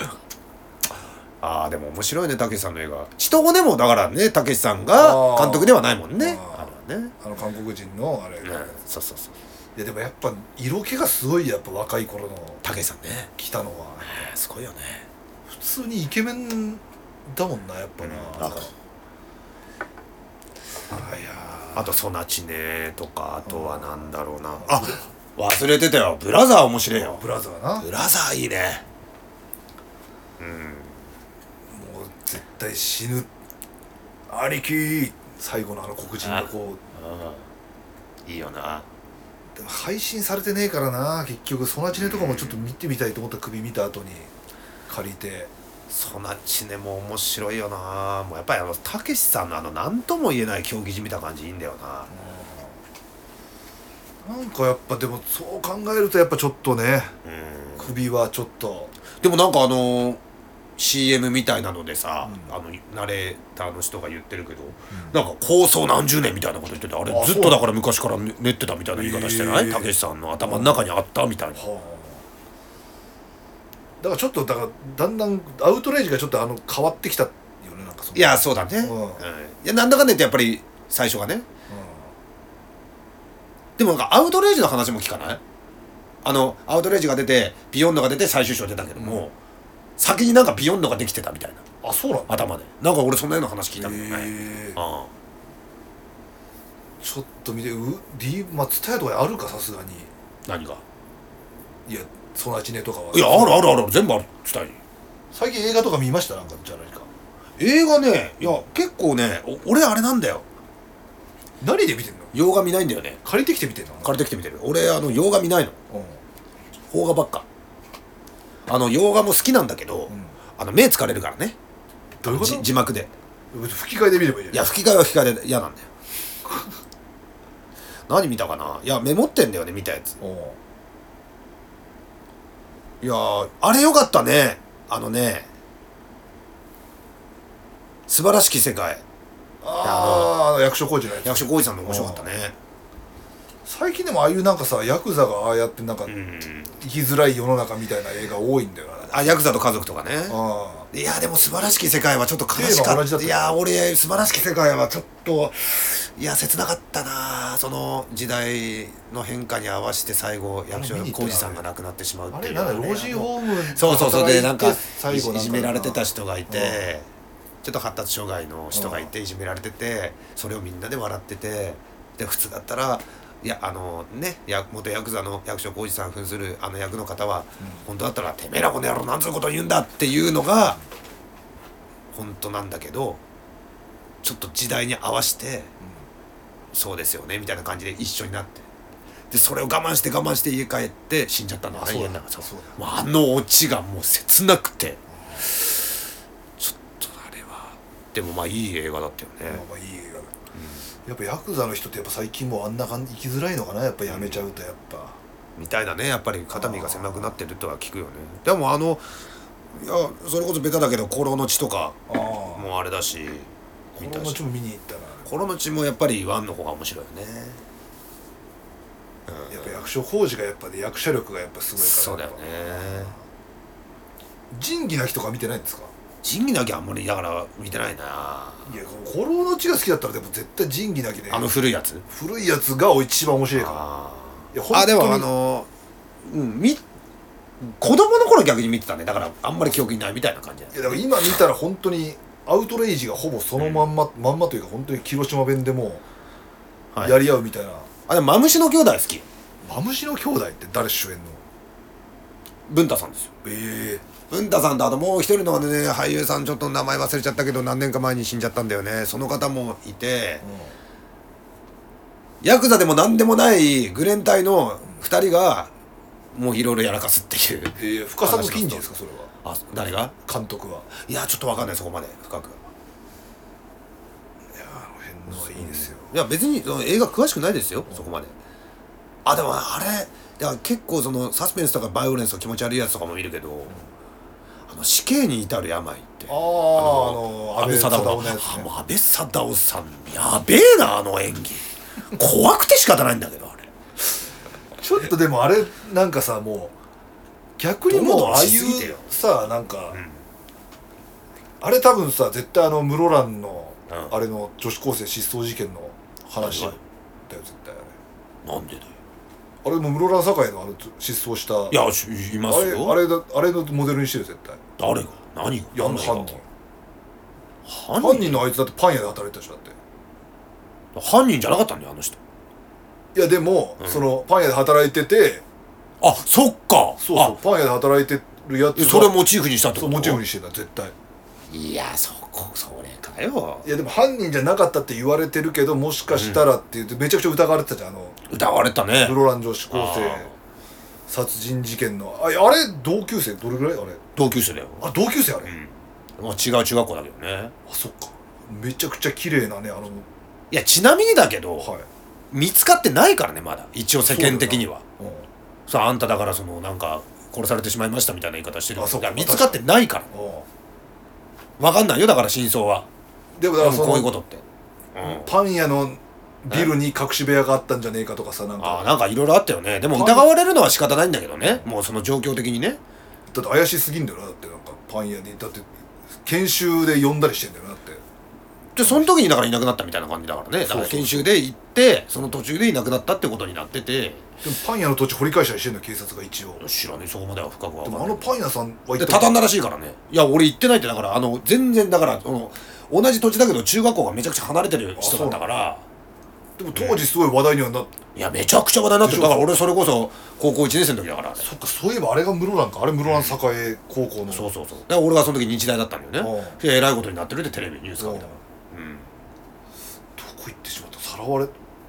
B: ああでも面白いねたけしさんの映画人骨もだからねたけしさんが
A: あー
B: 監督ではないもんねあ
A: あ
B: れはね
A: あの韓国人のあれ、
B: う
A: い
B: んそうそうそう
A: やでもやっぱ色気がすごいやっぱ若い頃の
B: たけしさんね
A: 来たのは
B: えーすごいよね
A: 普通にイケメンだもんなやっぱな、
B: うん
A: あ
B: わかる
A: いや
B: あと「ソナチネ」とかあとはなんだろうなあ忘れてたよブラザー面白いよ
A: ーブラザーなもう
B: ブラザーいいね
A: 絶対死ぬ兄貴最後のあの黒人がこ
B: いいよな
A: うでも配信されてねえからな結局ソナチネとかもちょっと見てみたいと思った首見た後に借りて
B: ソナチネも面白いよなもうやっぱりあのたけしさんのあの何とも言えない競技じみた感じいいんだよな
A: なんかやっぱでもそう考えるとやっぱちょっとね
B: うん
A: 首はちょっと
B: でもなんかあの CM みたいなのでさ、
A: うん
B: あのナレーターの人が言ってるけど、なんか構想何十年みたいなこと言っててあれ
A: あ
B: ずっとだから昔からね練ってたみたいな言い方してな
A: へ
B: い
A: え
B: たけしさんの頭の中にあったみたいな、
A: はあだからちょっとだからだんだんアウトレイジがちょっとあの変わってきたよねなんかその
B: いやそうだね、
A: うん
B: うんいやなんだかんだ言ってやっぱり最初がねでもなんかアウトレイジの話も聞かないあのアウトレイジが出てビヨンドが出て最終章出たけども、
A: うん
B: 先になんかビヨンドができてたみたいな
A: うんあそうなんだ
B: 頭でなんか俺そんなような話聞いたけどね、
A: へえ
B: ああ
A: ちょっと見てう D まあ蔦屋とかにあるかさすがに
B: 何が
A: いやソナチネとかはい
B: やあるあるある全部ある伝えに
A: 最近映画とか見ましたなんかじゃないか
B: 映画ねいや結構ねお俺あれなんだよ
A: 何で見てんの
B: 洋画見ないんだよね
A: 借りてきて見てんの
B: 借りてきてみてる俺あの洋画見ないの
A: うん
B: 邦画ばっかあの洋画も好きなんだけど、
A: うん
B: あの目疲れるからね
A: どういうこと
B: じ字幕で
A: 吹き替えで見ればいいじゃん
B: いや吹き替えは吹き替えで嫌なんだよ <laughs> 何見たかないやメモってんだよね見たやつ
A: おう
B: いやーあれよかったねあのね素晴らしき世界
A: あーあの役所工事のやつ
B: 役所広司さんの面白かったね
A: 最近でもああいうなんかさヤクザがああやってなんか
B: うん
A: 生きづらい世の中みたいな映画多いんだよ
B: <laughs>
A: な
B: あヤクザと家族とかね
A: あ
B: いやでも素晴らしき世界はちょっと悲し
A: テーマ
B: か
A: 同
B: っ
A: じだったた
B: いや俺素晴らしき世界はちょっといや切なかったなその時代の変化に合わせて最後役所
A: あれ見に行
B: 広
A: ったな
B: 司さんが亡くなってしまうっ
A: あ
B: てい
A: れ
B: う
A: なんだ
B: ね
A: 老人ホーム
B: そうそうそうでなんかい
A: 最後なんか
B: じめられてた人がいて、ちょっと発達障害の人がいていじめられててそれをみんなで笑っててで普通だったらいやあのねや元ヤクザの役所広司さん扮するあの役の方は、本当だったら「てめえらこの野郎なんつうこと言うんだ」っていうのが本当なんだけどちょっと時代に合わせて「そうですよね」みたいな感じで一緒になって。でそれを我慢して我慢して家帰って死んじゃったんだ
A: あそうだ
B: 家の中そう
A: そう
B: もうあのオチがもう切なくてちょっとあれはでもまあいい映画だったよ
A: まあ
B: ね
A: まあいい映画だやっぱヤクザの人ってやっぱ最近もうあんな感じ生きづらいのかなやっぱやめちゃうとやっぱ
B: みたいなねやっぱり肩身が狭くなってるとは聞くよねでもあのいやそれこそベタだけど「コロの血」とか
A: ああ
B: もうあれだし見
A: こ
B: た
A: の
B: し
A: ちも見に行ったな
B: 「コロの血」もやっぱりワンの方が面白いよね
A: やっぱ役所工事がやっぱで役者力がやっぱすごいから
B: そうだよ
A: やっぱ
B: ね
A: 仁義なきとか見てないんですか
B: 仁義なきゃあんまりだから見てないない
A: や古老の血が好きだったらでも絶対仁義なきで
B: あの古いやつ
A: 古いやつが一番面白いから
B: あ
A: いや本当に
B: あでもあのうんみ子供の頃逆に見てたねだからあんまり記憶にないみたいな感じだ
A: いやだから今見たら本当にアウトレイジがほぼそのまんま、まんまというか本当に広島弁でも
B: は
A: う
B: い
A: やり合うみたいな、
B: あでもマムシの兄弟好き
A: マムシの兄弟って誰主演の
B: 文太さんですよ
A: え
B: 文太さんとあともう一人のね俳優さんちょっと名前忘れちゃったけど何年か前に死んじゃったんだよねその方もい
A: え
B: てヤクザでも何でもないグレン隊の2人がもういろいろやらかすっていう
A: ええ深作金次ですかそれは
B: あ誰が
A: 監督はい
B: やちょっと分かんないそこまで深く
A: いやあの辺のはいいですよ
B: いや別にその映画詳しくないですよ、そこまであでもあれいや結構そのサスペンスとかバイオレンスとか気持ち悪いやつとかも見るけど、あの死刑に至る病って
A: あああの
B: 安倍
A: 安倍
B: 貞
A: 貞
B: 夫
A: 夫のやつ
B: あ
A: ね
B: もう安倍貞夫さんやべえなあの演技怖くて仕方ないんだけどあれ
A: ちょっとでもあれなんかさもう逆にもう
B: どんどん
A: ああい
B: しすぎて
A: う
B: よ
A: さなんか、あれ多分さ絶対あの室蘭の、
B: うん
A: あれの女子高生失踪事件の話だよ
B: はい
A: 絶対あれ
B: なんでだよ
A: あれも室蘭堺のあの失踪した
B: いやしいま
A: あ
B: す
A: れ
B: よ
A: あれだあれのモデルにしてる絶対
B: 誰が何が
A: いやあの犯
B: 犯
A: 人
B: 人
A: 犯
B: 犯人
A: 人のあいつだってパン屋で働いてたでしょだって
B: 犯人じゃなかったんだよあの人
A: いやでも、そのパン屋で働いてて
B: あそっか
A: そうそうパン屋で働いてるやつが
B: あそれをモチーフにしたって
A: そ
B: こ
A: う
B: と
A: モチーフにしてた絶対
B: いやそこそれかよ
A: いやでも犯人じゃなかったって言われてるけどもしかしたらって言ってめちゃくちゃ疑われてたじゃんあの
B: 疑われたね
A: 室蘭女子高
B: あ
A: 生
B: ー
A: 殺人事件のああれ同級生どれぐらいあれ
B: 同級生だよ
A: あ同級生あれ、
B: まあ、違う中学校だけどね
A: あそっかめちゃくちゃ綺麗なねあの
B: いやちなみにだけど、
A: はい
B: 見つかってないからねまだ一応世間的には
A: うん
B: さああんただからそのなんか殺されてしまいましたみたいな言い方してる
A: あそう
B: いや見つかってないから分かんないよだから真相は
A: でもだ
B: で
A: から
B: も
A: その
B: こういうことって、うん
A: パン屋のビルに隠し部屋があったんじゃねえかとかさなん
B: ああ
A: か
B: なんかいろいろあったよねでも疑われるのは仕方ないんだけどねもうその状況的にね
A: だって怪しすぎんだよなだってなんかパン屋にだって研修で呼んだりしてんだよなだって
B: でその時にだからいなくなったみたいな感じだからねだ
A: そうそう
B: から
A: そう
B: 研修で行ってその途中でいなくなったってことになってて
A: でもパン屋の土地掘り返したりしてんの警察が一応
B: 知らねえそこまでは深く
A: で
B: は分かん
A: も
B: な
A: あ
B: い
A: のパン屋さんは
B: で
A: 一体
B: 畳んだらしいからねいや俺行ってないってだからあの全然だからその同じ土地だけど中学校がめちゃくちゃ離れてる人だったから
A: でも当時すごい話題にはなっ
B: いやめちゃくちゃ話題になってる
A: でしょ
B: だから俺それこそ高校1年生の時だから
A: そっかそういえばあれが室蘭かあれ室蘭栄高校の
B: そうそうそうで俺がその時日大だったんだよね
A: う
B: いやえらいことになってるってテレビニュースが
A: うん
B: 見
A: ど
B: た
A: こ
B: う
A: 行
B: ん
A: ってしまったさらわれ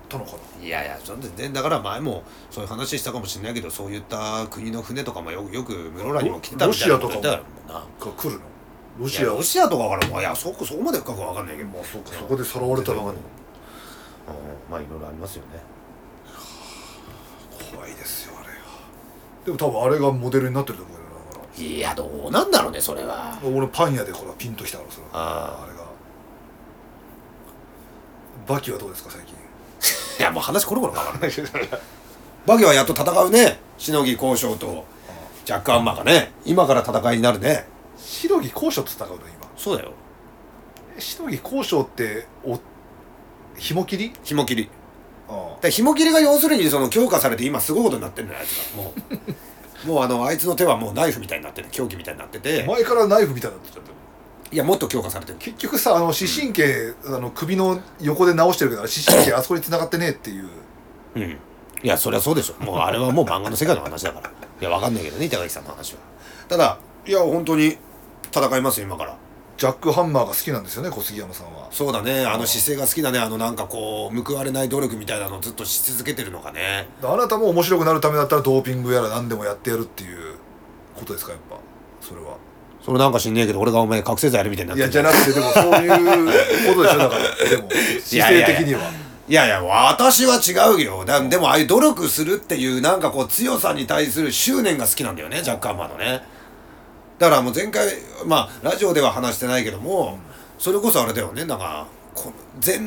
A: たのかない
B: やいやそんででだから前もそういう話したかもしれないけどそういった国の船とかもよよく室蘭にも来てた
A: ロ
B: みたいな
A: ロシアとかも
B: 言ってたよな
A: が来るのロ
B: い
A: シ
B: や
A: ア
B: ロシアとかからもいやそこそこまで深くわかんないけどもう
A: そうかそこでさらわれたら
B: うん
A: 怖い
B: まあいろいろありますよね
A: ですよあれはでも多分あれがモデルになってると思うよだか
B: いやどうなんだろうねそれは
A: ら俺パン屋でほらピンときたからそれ
B: あ
A: あれがバキはどうですか最近
B: いやもう話ころころ変わらない <laughs> バギはやっと戦うねしのぎ交渉とジャック・アンマーがね今から戦いになるね
A: しのぎ交渉と戦うの今
B: そうだよ
A: しのぎ交渉ってお紐切り
B: 紐切り
A: あ
B: で紐切りが要するにその強化されて今すごいことになってるんじゃないですかも <laughs> うもうあのあいつの手はもうナイフみたいになってて凶器みたいになってて
A: 前からナイフみたいになってた
B: いやもっと強化されてる
A: 結局さあの視神経、あの首の横で直してるけど視神経あそこに繋がってねえっていう
B: うんいやそりゃそうでしょもうあれはもう漫画の世界の話だからいやわかんないけどね板垣さんの話はただいや本当に戦いますよ今から
A: ジャックハンマーが好きなんですよね小杉山さんは
B: そうだねあの姿勢が好きだねあのなんかこう報われない努力みたいなのをずっとし続けてるのがね
A: あなたも面白くなるためだったらドーピングやら何でもやってやるっていうことですかやっぱそれは
B: それなんか知んねえけど俺がお前覚醒剤やるみたいになっ
A: い
B: て
A: や
B: る
A: じゃなくてでもそういうことでしょだからでも姿勢的にはい
B: やいや私は違うよだでもああいう努力するっていうなんかこう強さに対する執念が好きなんだよねジャック・アンマーのねだからもう前回まあラジオでは話してないけどもそれこそあれだよねなんかこ前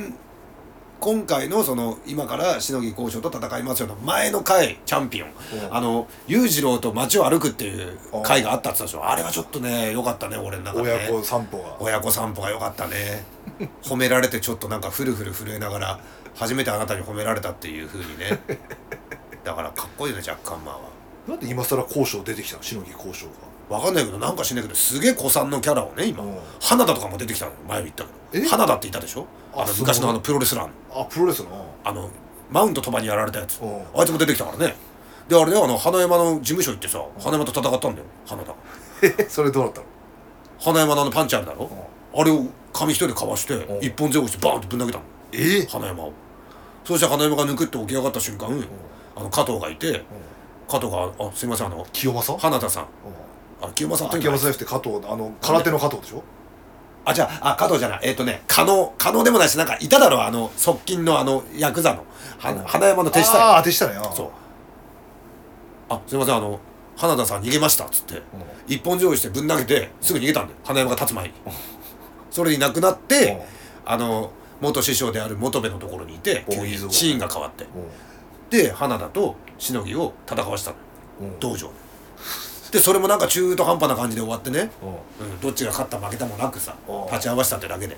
B: 今回のその今からしのぎ交渉と戦いますよの前の回チャンピオン
A: うん
B: あの裕次郎と街を歩くっていう回があったって言ったでしょあれはちょっとね良かったね俺の中で、ね、
A: 親子散歩が
B: 親子散歩が良かったね褒められてちょっとなんかフルフル震えながら初めてあなたに褒められたっていうふうにねだからかっこいいよねジャック・アンマーは
A: なんで今更交渉出てきたのしのぎ交渉
B: わかんないけどなんかしないけどすげえ古参のキャラをね今
A: うん
B: 花田とかも出てきたの前言ったけ
A: え
B: ど花田っていたでしょ
A: あ
B: あの
A: そう
B: 昔のあのプロレスラーの
A: があプロレスの
B: あのマウント鳥羽にやられたやつ
A: うん
B: あいつも出てきたからねであれねあの花山の事務所行ってさ花山と戦ったんだよ花田
A: えそれどうだったの
B: 花山のあのパンチあるだろあれを紙一人でかわして
A: ん
B: 一本背負いしてバーンってぶん投げたの
A: え
B: 花山をそうしたら花山がぬくって起き上がった瞬間、あの加藤がいて、加藤が「あすいませんあの
A: 清正
B: 花田さん
A: うん
B: あ清正という
A: 秋
B: の
A: 山
B: は
A: さんじゃなくて加藤あの空手の加藤でしょ
B: あじゃああ加藤じゃないえっ、とね加納加納でもないしなんかいただろうあの側近のあのヤクザのは花山の手下
A: ああ手下ねあ
B: そうあすいませんあの花田さん逃げましたっつって、一本上位してぶん投げてすぐ逃げたんだよ花山が立つ前にそれになくなって、
A: うん
B: あの元師匠である元部のところにいて
A: お
B: 急に
A: いいぞ
B: シーンが変わって
A: うん
B: で花田としのぎを戦わせたの
A: うん
B: 道場でそれもなんか中途半端な感じで終わってね、
A: うん
B: うん、どっちが勝った負けたもなくさ
A: うん
B: 立ち合わせたってだけで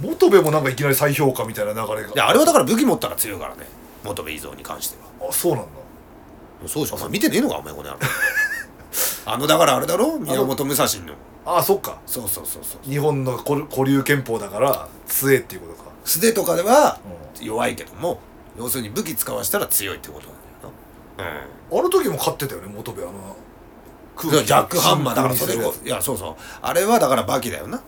A: 元部もなんかいきなり再評価みたいな流れ
B: で
A: が
B: あれはだから武器持ったら強いからね元部伊蔵に関しては
A: あそうなんだ
B: そうじゃんお前見てねえのかお前この <laughs> 野郎あのだからあれだろ宮本武蔵の
A: ああそっか
B: そうそうそうそう
A: 日本の古古流憲法だから杖っていうことか
B: 素手とかでは弱いけども要するに武器使わせたら強いってことなんだよなうん
A: あの時も勝ってたよね元部あの
B: ジャック・ハンマーだからそれ
A: 真
B: こ
A: 空にする
B: いやそうそうあれはだからバキだよ
A: や
B: な
A: つ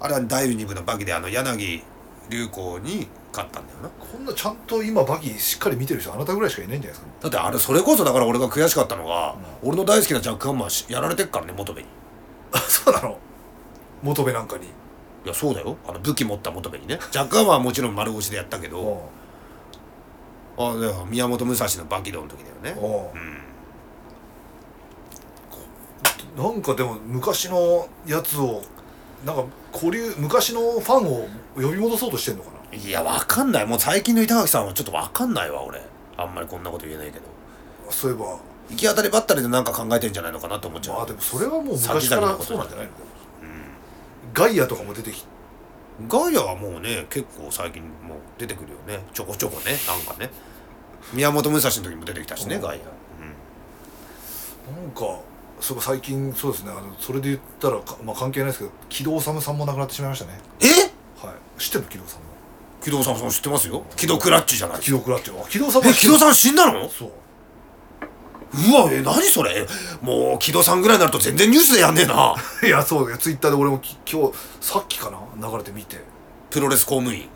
A: あ
B: あれは第2部のバキであの柳流行に勝ったんだよな
A: あこんなちゃんと今バギーしっかり見てる人あなたぐらいしかいないんじゃないですか
B: だってあれそれこそだから俺が悔しかったのが、俺の大好きなジャック・ハンマーしやられてっからね元部に
A: あそうなの元部なんかに
B: いやそうだよあの武器持った元部にねジャック・ハンマーはもちろん丸腰でやったけ
A: う
B: ど、あだから宮本武蔵のバキドの時だよね
A: んうん
B: うん
A: なんかでも昔のやつをなんか古流昔のファンを呼び戻そうとしてんのかない
B: やわかんないもう最近の板垣さんはちょっとわかんないわ俺あんまりこんなこと言えないけど
A: そういえば
B: 行き当たりばったりでなんか考えてんじゃないのかなと思っちゃう、
A: まあでもそれはもう昔からそうなんじゃないのガイアとかも出てきて
B: ガイアはもうね結構最近もう出てくるよねちょこちょこねなんかね宮本武蔵の時も出てきたしね
A: うん
B: ガイア、
A: なんかそういえば最近そうですねあのそれで言ったらか、まあ、関係ないですけど木戸治さんも亡くなってしまいましたね
B: え
A: はい知ってる木戸さんも
B: 木戸さん知ってますよ木戸クラッチじゃない
A: 木戸クラッチあ木戸さん
B: え木戸
A: ん
B: さん死んだの
A: そう
B: うわえ何それもう木戸さんぐらいになると全然ニュースでやんねえない
A: やそうだよツイッターで俺もき今日さっきかな流れて見て
B: プロレス公務員い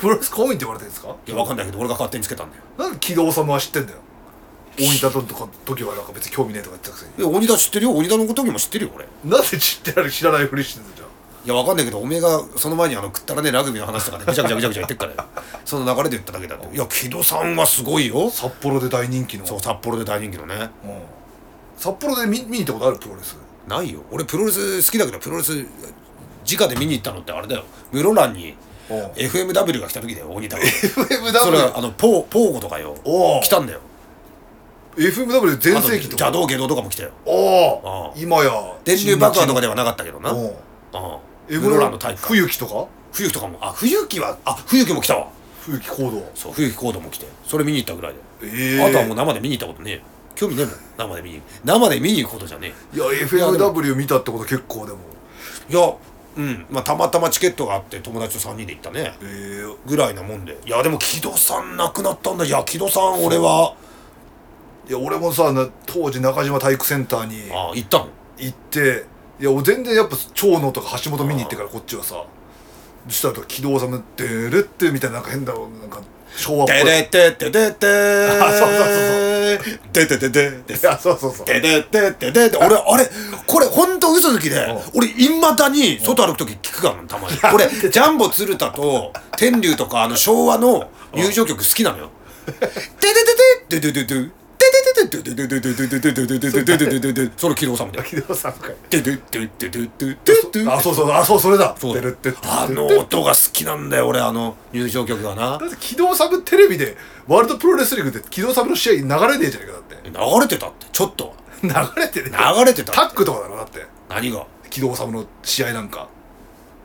A: プロレス公務員って言われてるんですか
B: やわかんないけど俺が勝手につけたんだよ
A: なんで木戸治さんは知ってんだよ大仁田とか時はなんか別に興味ねえとか言ってたくせ
B: いや鬼田知ってるよ鬼田の時も知ってるよ俺い
A: になぜ知ってられ知らないふりしてんのじゃん
B: やわかんないけどおめえがその前にあのくったらねえラグビーの話とかでぐちゃぐちゃぐちゃぐちゃ言ってっからよその流れで言っただけだっていや木戸さんはすごいよ
A: 札幌で大人気の
B: そう札幌で大人気のね
A: うん、札幌で見見に行ったことあるプロレス
B: ないよ俺プロレス好きだけどプロレス直で見に行ったのってあれだよ室蘭に
A: うん
B: FMW が来た時だよ鬼田がそれ
A: FMW
B: はあのポーポーゴとかよ
A: おう
B: 来たんだよ
A: FMW
B: あ
A: 全
B: と
A: 盛期って
B: 邪道下道とかも来たよ
A: ああ
B: ああ
A: 今や
B: 電流爆破とか
A: で
B: ではなかったけどな
A: うん
B: ああ
A: エ
B: 室
A: ムラ
B: 蘭
A: の
B: の体育館
A: 冬木とか
B: 冬木とかもあ冬木はあ冬木も来たわ
A: 冬木行動
B: そう冬木コードも来てそれ見に行ったぐらいで、
A: ええ
B: あとはもう生で見に行ったことねえよ興味ねえもん生で見に生で見に行くことじゃね
A: いや FMW 見たってこと結構でも
B: えよいやうんまあたまたまチケットがあって友達と3人で行ったね
A: ええ
B: ぐらいなもんでいやでも木戸さん亡くなったんだいや木戸さん俺はい
A: や俺もさな当時中島体育センターに
B: あ行ったの
A: 行っていや俺全然やっぱ長野とか橋本見に行ってからこっちはさそしたら軌道さむ「デレって」みたいななんか変だなんか昭和っぽい
B: ででててでて
A: あそうそう
B: そうそうでててでで
A: いやそうそうそう
B: ででててでで俺あれこれほんと嘘つきで俺いまだに外歩く時聞くからたまに俺ジャンボ鶴田と天竜とかあの昭和の入場曲好きなのよででででででででででででででででででででででででそれ起動さんで
A: 軌道さむかい
B: でででででででで
A: あそうそうあそうそれだ
B: そう
A: デレってって
B: あの音が好きなんだよ俺あの入場曲はな
A: だって軌道サブテレビでワールドプロレスリングで軌道サブの試合流れねえじゃねえかだって
B: 流れてたってちょっとは
A: <laughs> 流れてねえ
B: 流れてた
A: タ
B: っ
A: ッ
B: て
A: クとかだろだって
B: 何が
A: 軌道サブの試合なんか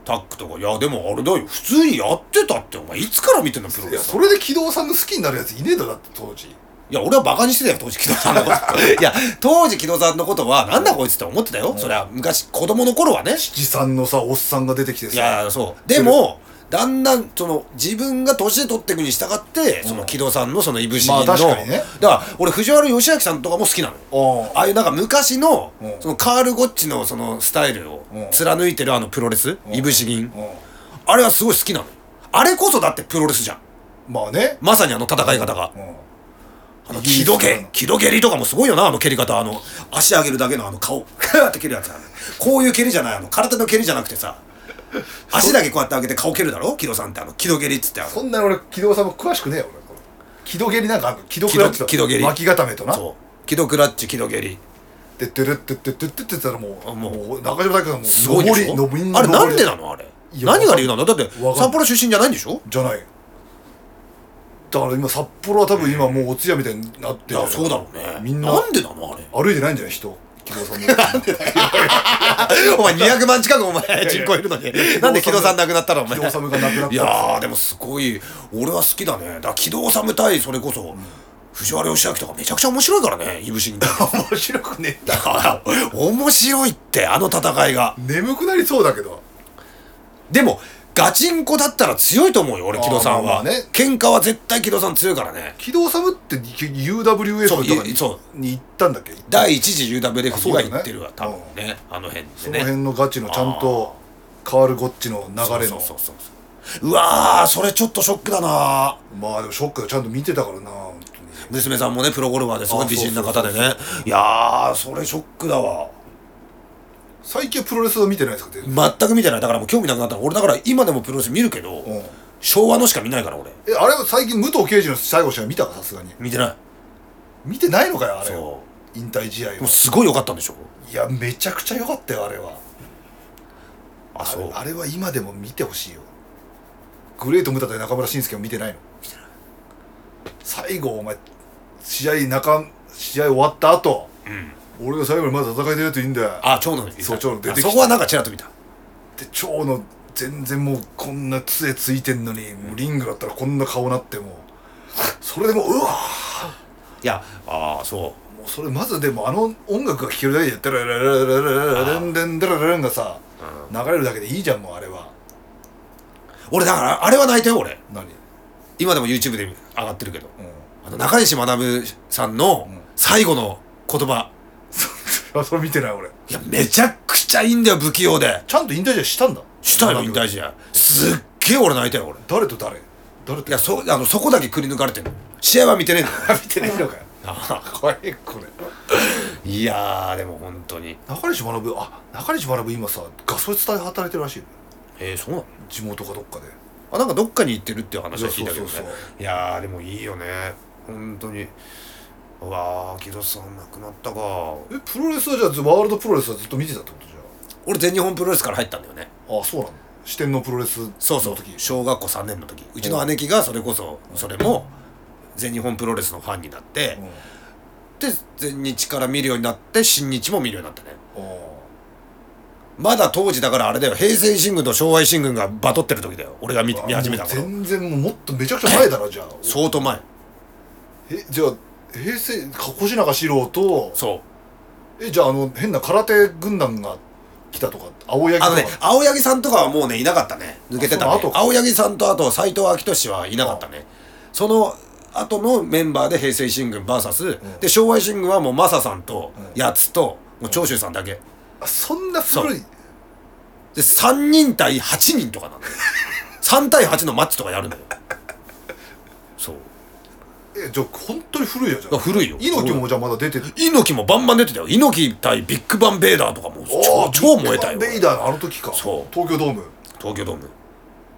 B: タックとかいやでもあれだよ普通にやってたってお前いつから見てんのプロ
A: い
B: レ
A: や
B: ス
A: それで軌道さんの好きになるやついねえだろだって当時
B: いや俺はバカにしてたよ当時木戸さんのこと
A: <laughs>
B: いや当時木戸さんのことはなんだこいつって思ってたよそりゃ昔子供の頃はね
A: じさんのさおっさんが出てきて
B: い
A: さ
B: やそうでもだんだんその自分が年取っていくに従ってその木戸さんのそのいぶし銀の、
A: まあ確かにね
B: だから俺藤原義明さんとかも好きなの
A: うん
B: ああいうなんか昔の
A: うん
B: そのカール・ゴッチのそのスタイルを
A: うん
B: 貫いてるあのプロレスいぶし
A: う
B: 銀
A: ん
B: あれはすごい好きなのあれこそだってプロレスじゃん
A: まあね
B: まさにあの戦い方が
A: うん
B: あの
A: イギリ
B: 木
A: スか
B: 戸
A: らの
B: 蹴木戸蹴りとかもすごいよなあの蹴り方あの足上げるだけのあ
A: <laughs>
B: の顔クーって蹴るやつあのこういう蹴りじゃないあの空手の蹴りじゃなくてさ足だけこうやって上げて顔蹴るだろ木戸さんってあの木戸蹴りっつってあの
A: そんなに俺軌道さんも詳しくねえよ俺軌道蹴りなんかあんの軌道蹴り
B: 軌道蹴り
A: 巻き固めとな
B: そう木戸クラッチ木戸蹴り
A: でてるってってってってってたらも
B: あ
A: う
B: もう
A: もう中島大輝さんも
B: すごいでしょ
A: 上り上り
B: あれなんで
A: 上り
B: なのあれ
A: いや
B: 何が理由なのだって
A: わかんない
B: 札幌出身じゃないんでしょ
A: じゃないだから今札幌は多分今もうお通夜みたいになっ
B: い
A: て
B: やそうだろうね
A: みんな
B: なんでなのあれ
A: 歩いてないんじゃない人木戸さ
B: <laughs>
A: んも
B: お前200万近くお前人口いるのになんで木戸さん亡くなったのお前
A: 木戸さんが亡くなった
B: いやーでもすごい俺は好きだねだから木戸治対それこそ藤原義明とかめちゃくちゃ面白いからねいぶし銀
A: 面白くねえんだ
B: だから面白いってあの戦いが
A: 眠くなりそうだけど
B: でもガチンコだったら強いと思うよ俺木戸さん
A: あ
B: は、
A: ーまあまあね
B: 喧嘩は絶対木戸さん強いからね
A: 木戸さんって UWF
B: そ
A: と
B: う
A: かに
B: いそう
A: に行ったんだっけ
B: 第一次 UWF
A: そう
B: が
A: だね
B: 言ってるわ多分ねあの辺
A: その
B: でね
A: 辺のガチのちゃんとカール・ゴッチの流れの
B: そうそうそうそううわーそれちょっとショックだな
A: まあでもショックでちゃんと見てたからな本当に
B: 娘さんもねプロゴルファーですごい美人な方で
A: あ
B: ねいやーそれショックだわ
A: 最近プロレスは見てないですか全然
B: 全く見てないだからもう興味なくなったの俺だから今でもプロレス見るけど、
A: うん
B: 昭和のしか見ないから俺
A: えあれは最近武藤敬司の最後の試合見たかさすがに
B: 見てない
A: 見てないのかよあれを
B: そ
A: 引退試合
B: うもう
A: を
B: すごい良かったんでしょ
A: いやめちゃくちゃ良かったよあれは
B: あ
A: あ
B: そ
A: れ
B: う
A: あれは今でも見てほしいよグレート・ムタ対中村慎介も見てないの最後お前試合中試合終わった後、俺が最後にまだ戦いでるといいんだよ
B: あ長男見てた
A: そう長男出てきた
B: あそこはなんかちらっと見た
A: で蝶の全然もうこんな杖ついてんのに、もうリングだったらこんな顔なってもうそれでもううわー
B: いやああそ
A: もうそれまずでもあの音楽が聴けるだけで「ダララララララランデンダラララン」がさ
B: う、うん
A: 流れるだけでいいじゃんもうあれは
B: 俺だからあれは泣いたよ俺
A: 何、うん、
B: 今でも YouTube で上がってるけどあの中西学さんの
A: うん
B: 最後の言葉
A: あそれ見てない俺
B: いやめちゃくちゃいいんだよ不器用で
A: ちゃんと引退試合したんだ
B: したよ引退試合すっげえ俺泣いたよ俺
A: 誰と誰誰と
B: いやそあのそこだけくり抜かれてんの試合は見てねえんだよ
A: <laughs> 見てないのかよ
B: ああ
A: かいこれ
B: <laughs> いやーでも本当に
A: 中西学あ中西学今さガソリンで働いてるらしいね
B: えー、そうなの
A: 地元かどっかで
B: あなんかどっかに行ってるっていう話は聞いたけどね
A: そうそうそう
B: いやーでもいいよね本当にうわー木戸さん亡くなったか
A: えプロレスはじゃあずワールドプロレスはずっと見てたってことじ
B: 俺全日本プロレスから入ったんだよね
A: ゃんあそうなの四天王プロレスの時
B: そうそう小学校3年の時うちの姉貴がそれこそそれも全日本プロレスのファンになって
A: うん、あ
B: で全日から見るようになって新日も見るようになったね
A: あ
B: まだ当時だからあれだよ平成新軍と昭和新軍がバトってる時だよ俺が見見始めた頃
A: 全然もうもっとめちゃくちゃ前だなじゃあ
B: 相当前
A: えじゃあ平成か越中四郎と
B: そう
A: えじゃああの変な空手軍団が来たとか青柳
B: あ
A: と
B: の
A: か
B: ね青柳さんとかはもうねいなかったね抜けてた、
A: あそ
B: ね
A: の後、か
B: 青柳さんとあと斎藤昭俊はいなかったねその後のメンバーで平成新軍 VS、
A: ん
B: で昭和新軍はもうマサさんと
A: うん
B: やつともう長州さんだけ
A: あそんな古い
B: で3人対8人と
A: <laughs>
B: かなんだよ3対8のマッチとかやるんだよそう
A: えじゃあ本当に古いやじゃ
B: だから
A: ん
B: 古いよ
A: 猪木もじゃあまだ出てる
B: 猪木もバンバン出てたよ猪木対ビッグバンベイダーとかもう超超燃えた
A: ビッ
B: よ
A: グバンベイダーのあの時か
B: そう
A: 東京ドーム
B: 東京ドーム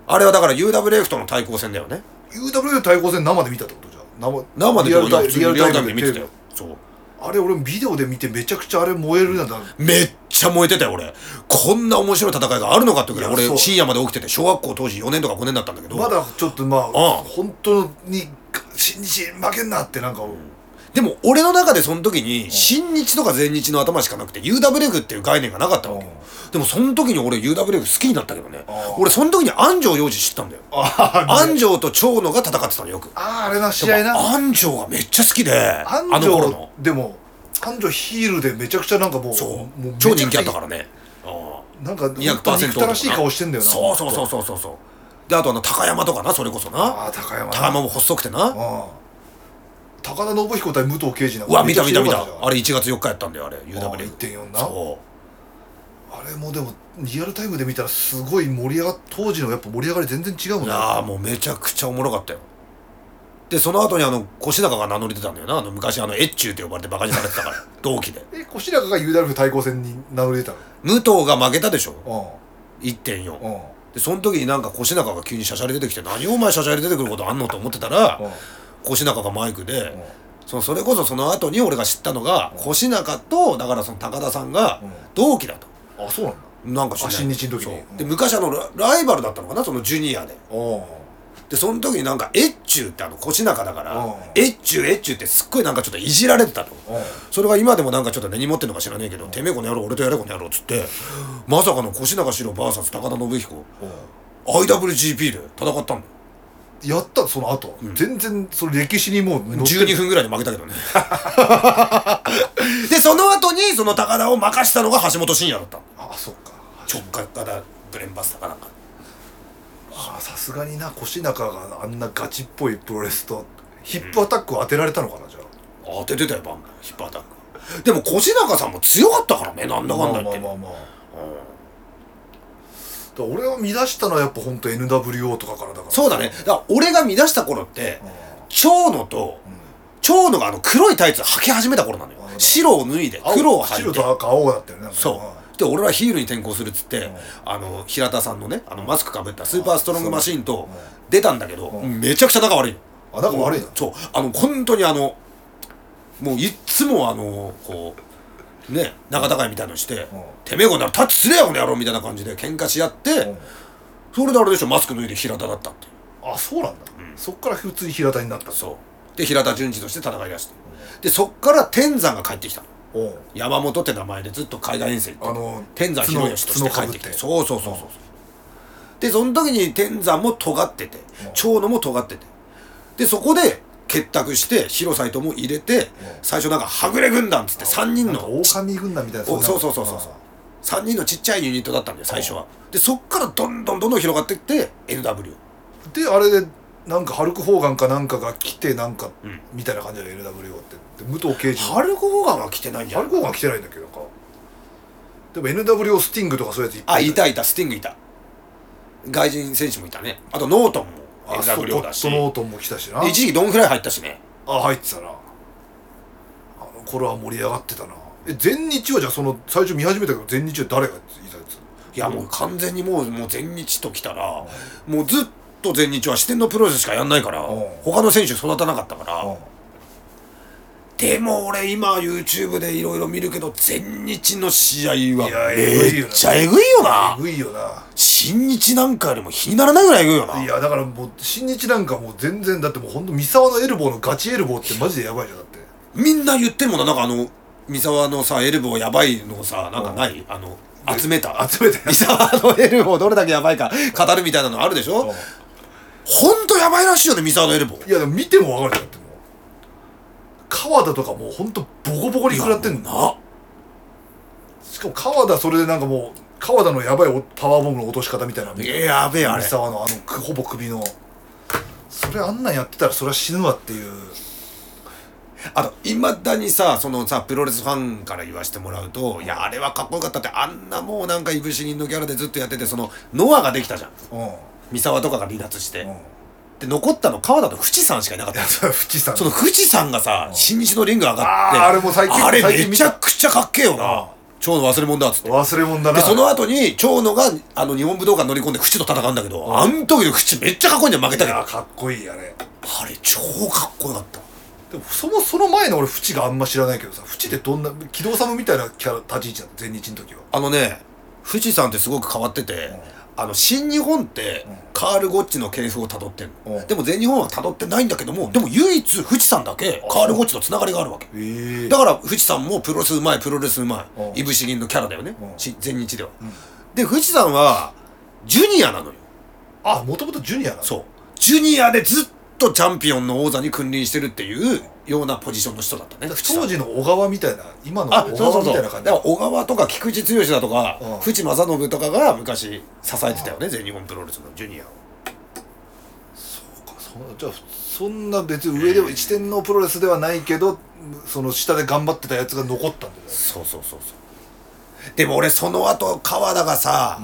B: あれはだから UWF との対抗戦だよね
A: UW 対抗戦生で見たってことじゃん生
B: 生で
A: リアルタイ
B: リアル
A: リアル
B: タ
A: タ
B: イ
A: イム
B: ムで
A: で見てた
B: 見てたよ
A: よ
B: そう
A: あれ俺もビデオで見てめちゃくちゃあれ燃えるんだ
B: めっちゃ燃えてたよ俺こんな面白い戦いがあるのかってぐらい
A: いやそ
B: 俺
A: う
B: 深夜まで起きてて小学校当時4年とか5年だったんだけど
A: まだちょっとまあ
B: あ
A: 本当に新日負けんなってなんか
B: でも俺の中でその時に新日とか全日の頭しかなくて UWF っていう概念がなかったわけよでもその時に俺 UWF 好きになったけどね
A: あ
B: 俺その時に安城洋二知ったんだよ
A: ああ
B: 安城と長野が戦ってたのよく
A: ああれな試合な
B: 安城がめっちゃ好きであ
A: 安
B: の頃
A: 城
B: の
A: でも安城ヒールでめちゃくちゃなんかもう
B: そ
A: も
B: う
A: めちゃ
B: 超
A: くちゃ
B: 人気あったからねああ
A: なんか
B: 200%
A: 本当に憎たらしい顔してんだよな
B: そうそうそうそうそうそうであとあの高山とかなそれこそな
A: ああ高山な
B: 高山も細くてな
A: ああ高田信彦対武藤敬司なん
B: う
A: か
B: わ見た見た見た
A: めちゃくちゃ良かっじゃん
B: あれ1月4日やったんだよあれ UW
A: 1.4な
B: そ
A: あれもでもリアルタイムで見たらすごい盛り上が当時のやっぱ盛り上がり全然違うも
B: うんい
A: ね
B: やーもうめちゃくちゃおもろかったよでその後にあの越中が名乗り出たんだよなあの昔あの越中って呼ばれてバカにされてたから同期で
A: え越中が UW 対抗戦に名乗り出た
B: 武藤が負けたでしょ
A: のう
B: 1.4
A: んうん
B: でその時になんか越中が急にシャシャリ出てきて何お前シャシャリ出てくることあんのと思ってたら
A: うん
B: 越中がマイクで、
A: うん
B: そのそれこそその後に俺が知ったのが越中とだからその高田さんが
A: うん
B: 同期だと
A: あそうなんだ
B: なんか知らない
A: あ新日の時に
B: そうで昔あのラライバルだったのかなそのジュニアで
A: うん
B: でその時になんか越中ってあの越中だから
A: うん
B: 越中越中ってすっごいなんかちょっといじられてたと
A: うん
B: それが今でもなんかちょっと根に持ってるのか知らねえけどてめえこの野郎俺とやれこの野郎っつってまさかの越中四郎 VS 高田信彦 IWGP で戦ったんだよ
A: やったその後、全然その歴史にもう載ってる
B: 12分ぐらいで負けたけどね <laughs> でその後にその高田を任したのが橋本真也だったの
A: あそっか
B: 直角型ブレンバスターかなんか
A: あさすがにな越中があんなガチっぽいプロレスとヒップアタックを当てられたのかなじゃあ
B: 当ててたよバンバンヒップアタックでも越中さんも強かったからねなんだかんだ言って、
A: まあまあまあまあだから俺を見出したのはやっぱ本当 NWO とかからだから
B: そうだねだから俺が見出した頃って
A: うん
B: 長野と長野があの黒いタイツ履き始めた頃なのよ
A: うん
B: 白を脱いで
A: 青
B: 黒を履
A: 白
B: いて
A: と赤青だったよねなんか
B: そうで俺はヒールに転向するっつって、あの平田さんのねあのマスクかぶったスーパーストロングマシーンと出たんだけど、
A: う
B: めちゃくちゃ仲悪いの
A: あ仲悪いの
B: そうあの本当にあのもういっつもあのこうね仲違いみたいのして、てめえこならタッチすれやこの野郎みたいな感じで喧嘩し合って、
A: うん
B: それであれでしょマスク脱いで平田だったっていう
A: あそうなんだそっから普通に平田になった
B: そうで平田純次として戦い出して、でそっから天山が帰ってきたの
A: うん
B: 山本って名前でずっと海外遠征行って
A: あの
B: 天山広義として帰ってき
A: 角
B: て
A: 角
B: そうそうそうそうでその時に天山も尖ってて長野も尖っててでそこで結託して広斎とも入れて最初なんかはぐれ軍団っつって3人
A: なんか
B: の
A: 狼軍団みたいな
B: お
A: んな
B: そうそうそうそうそう3人のちっちゃいユニットだったんだよ最初はでそっからどんどんどんどん広がっていって NW
A: うんであれでなんかハルク・ホーガンかなんかが来てなんか
B: ん
A: みたいな感じで NWO ってで武藤敬司
B: ハルコ・ホーガンは来てないんじゃ
A: ハ
B: な
A: ル
B: い
A: ク・ホーガン来てないんだけどかでも NWO スティングとかそういうやついっぱ
B: あ
A: い
B: いたいたスティングいた外人選手もいたねあとノートンも
A: あそ
B: NW だし
A: そのノートンも来たしな
B: で一時期ドンフライ入ったしね
A: あ入ってたなこれは盛り上がってたなえ全日はじゃあその最初見始めたけど全日は誰がいたやつ
B: いやもう完全にもうもう全日ときたら、もうずっと全日は四天のプロレスしかやんないから、
A: うん
B: 他の選手育たなかったから、
A: うん
B: でも俺今 YouTube でいろいろ見るけど全日の試合
A: い
B: は
A: やえぐい
B: め
A: よ
B: っ
A: な
B: ちゃえぐいよな
A: えぐいよな
B: 新日なんかよりも比にならないぐらいえぐいよない
A: やだからもう新日なんかもう全然だってもうほんと三沢のエルボーのガチエルボーってマジでやばいじゃんだって
B: みんな言ってるもんななんかあの三沢のさエルボーやばいのさなんかない、あの集めた
A: 集めたや
B: 三
A: つ
B: 沢のエルボーどれだけやばいか語るみたいなのあるでしょ、ほんとやばいらしいよね三沢のエルボー
A: いやでも見てもわかるじゃんだってもう川田とかもうほんとボコボコに食らってんの
B: な
A: しかも川田それでなんかもう川田のやばいおパワーボムの落とし方みたいなの見
B: い
A: て
B: ややべえあ
A: 三
B: れ
A: 沢のあのくほぼ首のそれあんなんやってたらそれは死ぬわっていう
B: あといまだにさそのさプロレスファンから言わせてもらうといやあれはかっこよかったってあんなもうなんかいぶし銀のギャラでずっとやっててそのノアができたじゃん
A: うん
B: 三沢とかが離脱して、
A: うん
B: で残ったの川田と淵さんしかいなかった
A: それ淵さん
B: その富士山がさ、新日のリング上がって、
A: あーあれもう最近
B: あれ
A: 最近
B: め
A: 見
B: ち
A: た
B: ゃくちゃかっけえよ
A: あ
B: な
A: あ。
B: 蝶の忘れ物だっつって。
A: 忘れ物だな
B: で、その後に、蝶野が、あの、日本武道館乗り込んで、口と戦うんだけど、あん時の口めっちゃかっこいいんだよ、負けた
A: い
B: け
A: や
B: ど。あ
A: かっこいいあれ
B: れ、超かっこよかった。
A: でもそもその前の俺淵があんま知らないけどさ淵ってどんな木戸様みたいなキャラ立ち位置だった全日の時は
B: あのね、富士山ってすごく変わってて、あの、新日本って、カール・ゴッチの系譜を辿ってんの。
A: うん
B: でも全日本は辿ってないんだけども、でも唯一富士山だけ、カール・ゴッチと繋がりがあるわけ。
A: ええ
B: だから富士山もプロレスうまいプロレスうま
A: うん
B: いいぶし銀のキャラだよね
A: うん
B: し全日では、で富士山はジュニアなのよ
A: あもともとジュニアなの
B: そうジュニアでずっとチャンピオンの王座に君臨してるっていうようなポジションの人だったね富士山
A: 当時の小川みたいな今の
B: あそ
A: 小
B: うそ
A: 川
B: う
A: み
B: そ
A: た
B: う
A: い
B: だ
A: な
B: か
A: 感じ
B: ら小川とか菊池剛だとか、
A: うん
B: 藤正信とかが昔支えてたよね全日本プロレスのジュニアを
A: そんじゃあそんな別に上では一点のプロレスではないけどその下で頑張ってたやつが残ったんだよ
B: そうそうそうそうでも俺その後川田がさ、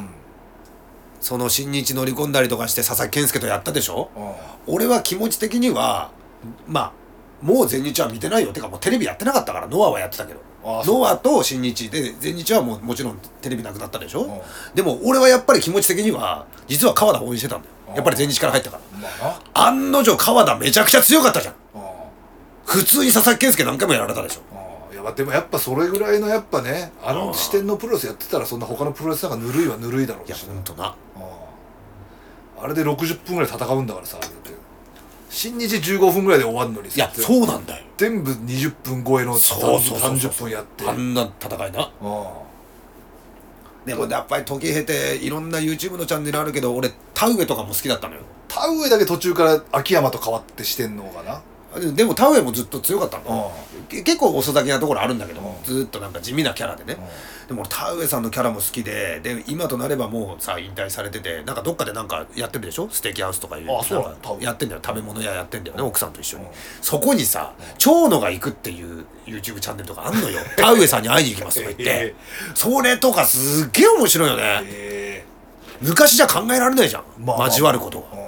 B: その新日乗り込んだりとかして佐々木健介とやったでしょ、
A: あ
B: 俺は気持ち的にはまあもう全日は見てないよてかもうテレビやってなかったからノアはやってたけど
A: ああそう
B: ノアと新日で全日はもうもちろんテレビなくなったでしょ、
A: う
B: でも俺はやっぱり気持ち的には実は川田応援してたんだよやっぱり全日から入ったから
A: まあ
B: 案の定川田めちゃくちゃ強かったじゃん
A: なあ
B: 普通に佐々木健介何回もやられたでしょ
A: あいやでもやっぱそれぐらいのやっぱねあの視点のプロレスやってたらそんな他のプロレスなんかぬるいはぬるいだろう
B: いや
A: し
B: ほんとな
A: ああれで60分ぐらい戦うんだからさだって新日15分ぐらいで終わるのに
B: いやそうなんだよ
A: 全部20分超えの
B: そうそうそうそう
A: 30分やって
B: あんな戦いな
A: あ
B: でもやっぱり時経ていろんな YouTube のチャンネルあるけど俺田植えとかも好きだったのよ
A: 田植えだけ途中から秋山と変わってしてんのかな
B: でも田植えもずっと強かったの
A: う
B: け結構遅咲きなところあるんだけど
A: うん
B: ずっとなんか地味なキャラでねでも俺田植えさんのキャラも好きでで今となればもうさ引退されててなんかどっかでなんかやってるでしょステーキハウスとかいう
A: あそうなの
B: なんか
A: 多分
B: やってんだよ食べ物屋やってんだよね奥さんと一緒に
A: うん
B: そこにさ長野が行くっていう YouTube チャンネルとかあ
A: <laughs>
B: んのよ田植えさんに会いに行きますとか言っ
A: え
B: てそれとかすっげえ面白いよね
A: え
B: 昔じゃ考えられないじゃん
A: まあまあ
B: 交わることが
A: え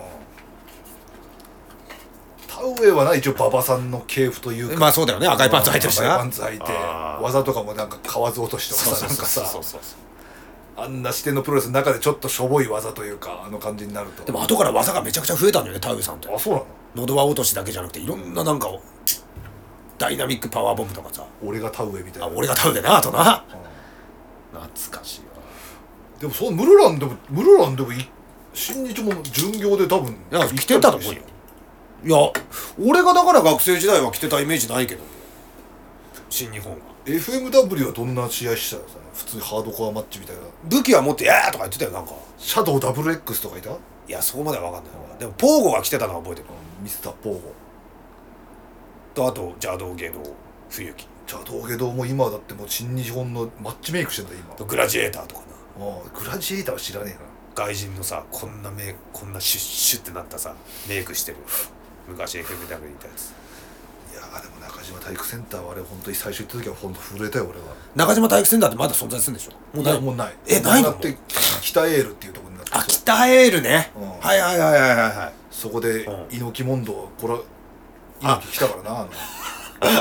A: うん田植えはな一応馬場さんの系譜というか
B: まあそうだよね赤いパンツ履いてるし
A: 赤
B: な
A: いパンツ履いて
B: あー
A: 技とかもなんか河津落としとか
B: そう
A: さ
B: そう
A: なんか
B: そう
A: さ
B: そうそうそう
A: あんな視点のプロレスの中でちょっとしょぼい技というかあの感じになると
B: でも後から技がめちゃくちゃ増えたんだよね田植さんって
A: あそうなの
B: 喉輪落としだけじゃなくていろんななんかをダイナミックパワーボムとかさ
A: 俺が田植えみたいな
B: あ俺が田植えなあとな
A: う
B: 懐かしいわ
A: んでもそう室蘭でも室蘭でもい新日も巡業で多分
B: なんか着てたと思うよいや俺がだから学生時代は着てたイメージないけど新日本は
A: FMW はどんな試合してたのさ普通にハードコアマッチみたいな
B: 武器は持って「やー!」とか言ってたよなんか
A: シャドウダブル X とかいた、
B: いやそこまでは分かんないわでもポーゴが着てたのは覚えてる
A: ミスターポーゴ
B: とあと邪道芸能冬木
A: じゃあ道芸堂も今だってもう新日本のマッチメイクしてんだ今
B: とグラジエーターとかな
A: ああグラジエーターは知らね
B: 外人のさこんなメイクこんなシュッシュってなったさメイクしてる昔 FMW にいたやつ
A: えないやでも中島体育センターはあれ本当に最初行った時は本当震えたよ俺は
B: 中島体育センターってまだ存在するんでしょもうないい
A: やもうない
B: えないの
A: だって北エールっていうところになって
B: あ北エールね、
A: うん
B: はいはいはいはいはいはい
A: そこで
B: うん
A: 猪木問答これ
B: あ
A: 猪木来たからなあの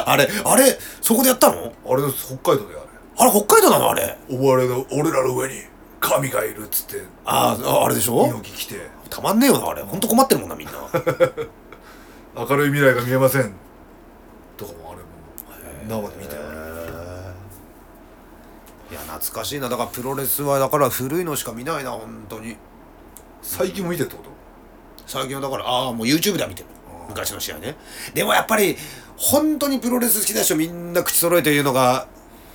B: あれあれそこでやったの
A: あれです北海道であ
B: あれ北海道なのあれ
A: れお前らの俺らの上に神がいるっつって
B: あーああれでしょ
A: 猪木来て
B: たまんねえよなあれほんと困ってるもんなみ <laughs> んな
A: 明るい未来が見えませんとかもあれも生で見てあれ
B: いや懐かしいなだからプロレスはだから古いのしか見ないな本当に
A: 最近も見てるってこと
B: 最近はだからああもう YouTube では見てる昔の試合ねでもやっぱり本当にプロレス好きな人みんな口揃えて言うのが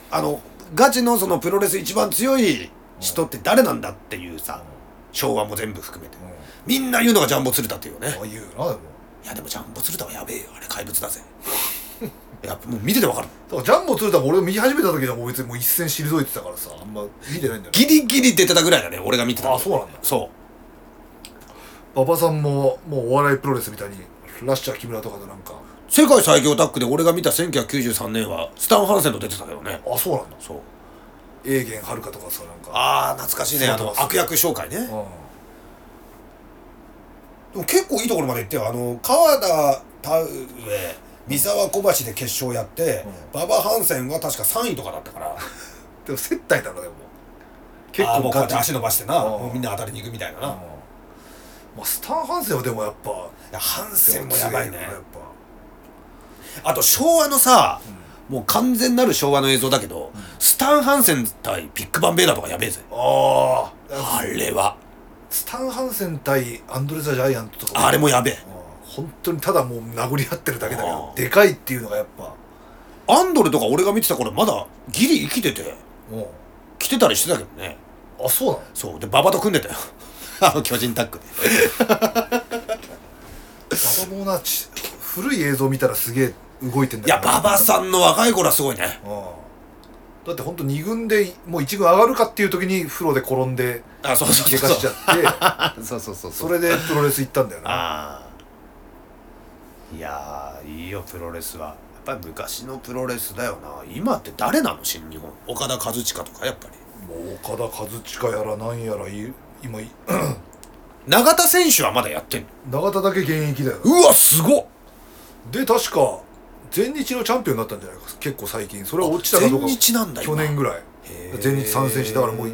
B: あのガチのそのプロレス一番強い人って誰なんだっていうさ昭和も全部含めてみんな言うのがジャンボ鶴田っていうよね
A: ああいうなでも
B: いやでもジャンボ鶴田はやべえよあれ怪物だぜやっぱもう見ててわかる
A: だからジャンボ鶴田も俺を見始めた時でも別にもう一戦退いてたからさあんま見てないんだよ
B: ギリギリ出てたぐらいだね俺が見てたの
A: あそうなんだ
B: そ
A: 馬場さんももうお笑いプロレスみたいにラッシャー木村とかとなんか
B: う世界最強タッグで俺が見た1993年はスタン・ハンセンと出てたけどね
A: あそうなんだ
B: そう
A: 永元遥とかさなんか
B: ああ懐かしいねあ
A: そう
B: の
A: そうそう
B: 悪役紹介ね
A: うん
B: でも結構いいところまで行ってよあの川田田上三沢小橋で決勝やって馬場、ハンセンは確か3位とかだったから
A: でも接待だろでも
B: 結
A: 結
B: 構も
A: 構
B: うこうや
A: ガ
B: って
A: チ
B: 足伸ばしてな
A: うん
B: もうみんな当たりに行くみたいなな、
A: うん
B: い
A: まあスタン・ハンセンはでもやっぱ
B: やハンセンもやばいね
A: 強よやっぱ
B: あと昭和のさ、もう完全なる昭和の映像だけど、スタン・ハンセン対ビッグバン・ベイダーとかやべえぜ
A: ああ
B: あれは
A: スタン・ハンセン対アンドレ・ザ・ジャイアントとか
B: あれもやべえ
A: うん本当にただもう殴り合ってるだけだけ
B: う
A: ど
B: ん
A: でかいっていうのがやっぱ
B: アンドレとか俺が見てた頃まだギリ生きてて
A: も
B: 来てたりしてたけどね
A: うんあそうなの
B: そうで馬場と組んでたよ <laughs> あの巨人タッグで
A: 馬場もなち古い映像見たらすげえ動いてんだ
B: いや馬場さんの若い頃はすごいね
A: うんだって本当二軍でもう一軍上がるかっていう時に風呂で転んで
B: あそうそうそ
A: 怪
B: う
A: 我しちゃって
B: そうそう <laughs> そう
A: それでプロレス行ったんだよな
B: ああいやーいいよプロレスはやっぱり昔のプロレスだよな今って誰なの新日本岡田和親とかやっぱり
A: もう岡田和親やらなんやらい今い
B: 永田選手はまだやってんの
A: 永田だけ現役だよな
B: うわすごっ
A: で確か全日のチャンピオンになったんじゃないか結構最近それは落ちたか
B: 全
A: どうか
B: 日なんだ今
A: 去年ぐらい
B: へー
A: 全日参戦してだからもう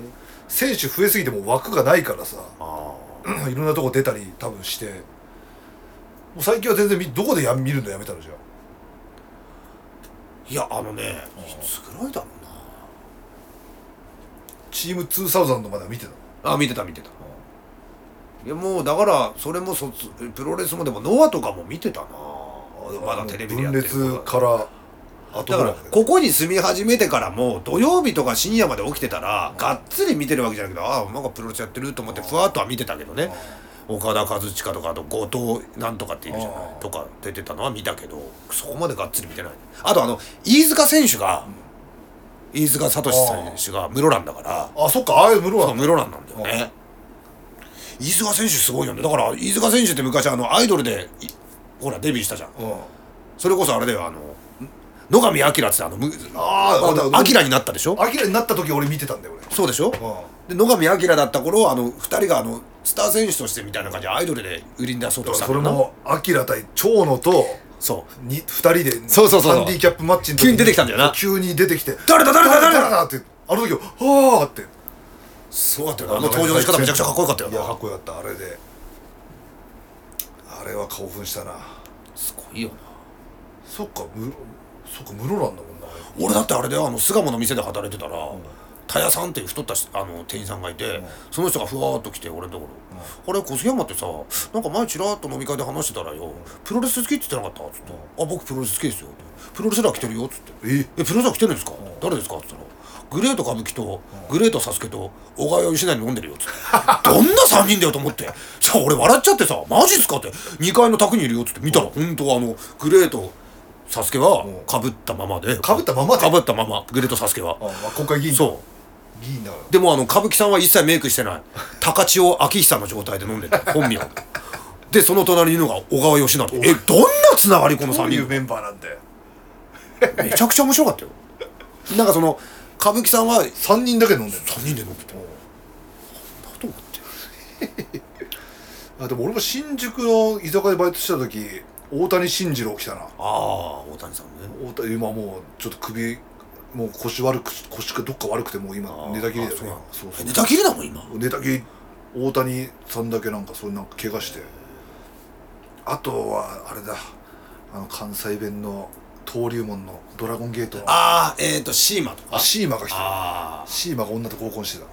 A: 選手増えすぎてもう枠がないからさ <clears throat>
B: あ
A: いろんなとこ出たり多分してもう最近は全然みどこでや見るのやめたのじゃん
B: ーいやあのねいつぐらいだろ
A: チーム2000までは見てたの
B: うなあ見てた見てたいやもうだからそれも卒プロレスもでもノアとかも見てたなまだテレビでやってる
A: 分裂からあと
B: だから
A: こ
B: ここに住み始めてからも土曜日とか深夜まで起きてたらがっつり見てるわけじゃなくてああなんかプロレスやってると思ってふわっとは見てたけどね岡田和親とかあと後藤なんとかっているじゃな
A: う
B: い
A: ん
B: とか出てたのは見たけどそこまでがっつり見てないあとあの飯塚選手が飯塚聡選手が室蘭だから
A: あそっかああいう室
B: そう
A: は
B: 室蘭なんだよね飯塚選手すごいよねだから飯塚選手って昔あのアイドルでいほらデビューしたじゃん
A: うん
B: それこそあれだよあの野上明ってあのむ
A: あ
B: あの
A: あ
B: アキラになったでしょ
A: アキラになった時俺見てたんだよ
B: そうでしょ
A: 俺うん
B: で野上明だった頃あの2人があのスター選手としてみたいな感じでアイドルで売りに出そう
A: だ
B: と
A: か
B: した
A: ら
B: んだ
A: それ
B: よな
A: もアキラ対長野と
B: そう
A: に二人で
B: そうそうそう
A: ハンディキャップマッチの時
B: 急に出てきたんだよな
A: 急に出てきて
B: 誰だ誰だ誰だ
A: だってあの時はあーって
B: すごかったよなあの登場の仕方めちゃくちゃかっこよかったよ
A: いやかっ
B: な
A: こよかったあれであれは興奮したな
B: すごいよな
A: そっかむそっか室蘭だもんな
B: 俺だってあれだよあの巣鴨の店で働いてたらタヤさんっていう太ったしあの店員さんがいてその人がふわーっと来て俺のところ「あれ小杉山ってさなんか前ちらっと飲み会で話してたらよプロレス好きって言ってなかった?」っつって「あ僕プロレス好きですよ」って「プロレスラー来てるよ」っつって
A: え
B: えプロレスラー来てるんですか、誰ですか?」っつったら「グレート歌舞伎とグレートサスケと小川義成飲んでるよ」っつって「どんな3人だよ」と思って
A: <laughs>
B: じゃあ俺笑っちゃってさ「マジっすか?」って2階の卓にいるよっつって見たら本当はあのグレートサスケはかぶったままで
A: かぶったままで
B: かぶったままグレートサスケは
A: あ、まあ、国会議員
B: そう
A: 議員だから
B: うでもあの歌舞伎さんは一切メイクしてない高千代明久の状態で飲んでる本名でその隣にいるのが小川義成えどんなつながりこの
A: そ
B: 3
A: うい
B: 人
A: うメンバーなんで
B: めちゃくちゃ面白かったよなんかその歌舞伎さんは
A: 3人だけ飲んでる
B: 3人で飲んでてなんだと思
A: <laughs>
B: って
A: あでも俺も新宿の居酒屋でバイトしてた時大谷慎次郎来たな
B: ああ大谷さんね
A: 大谷今もうちょっと首もう腰悪く腰かどっか悪くてもう
B: あ
A: 今
B: ー
A: 寝たきりだよ
B: あそう
A: ねそう
B: なの
A: そう
B: ネタ切れだもん今
A: 寝たきり大谷さんだけなんかそういうなんか怪我してあとはあれだあの関西弁の登竜門のドラゴンゲートの
B: ああえっ、ー、とシーマとか
A: あシーマが来た
B: ああ
A: シーマが女と合コンしてた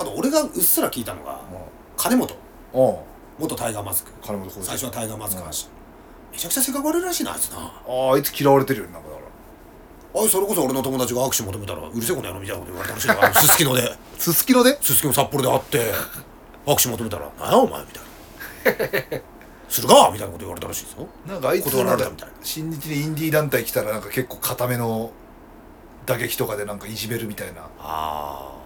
B: あと俺がうっすら聞いたのが
A: う
B: 金本
A: んうん
B: 元タイガーマスク
A: 金本浩二
B: 最初はタイガーマスクだし、めちゃくちゃ性格悪いらしいなあいつな
A: あああいつ嫌われてるよねなんかだから
B: あいつそれこそ俺の友達が握手求めたらうるせえこの野郎みたいなこと言われたらしいよあのすすきのです
A: すきのです
B: すきの札幌で会って握手求めたら「なんやお前」みたいな「するか」みたいなこと言われたらしいですよ
A: なんかあいつ
B: 断
A: な
B: ら
A: ん
B: れた
A: か
B: みたいな
A: 新日にインディー団体来たらなんか結構固めの打撃とかでなんかいじめるみたいな
B: あ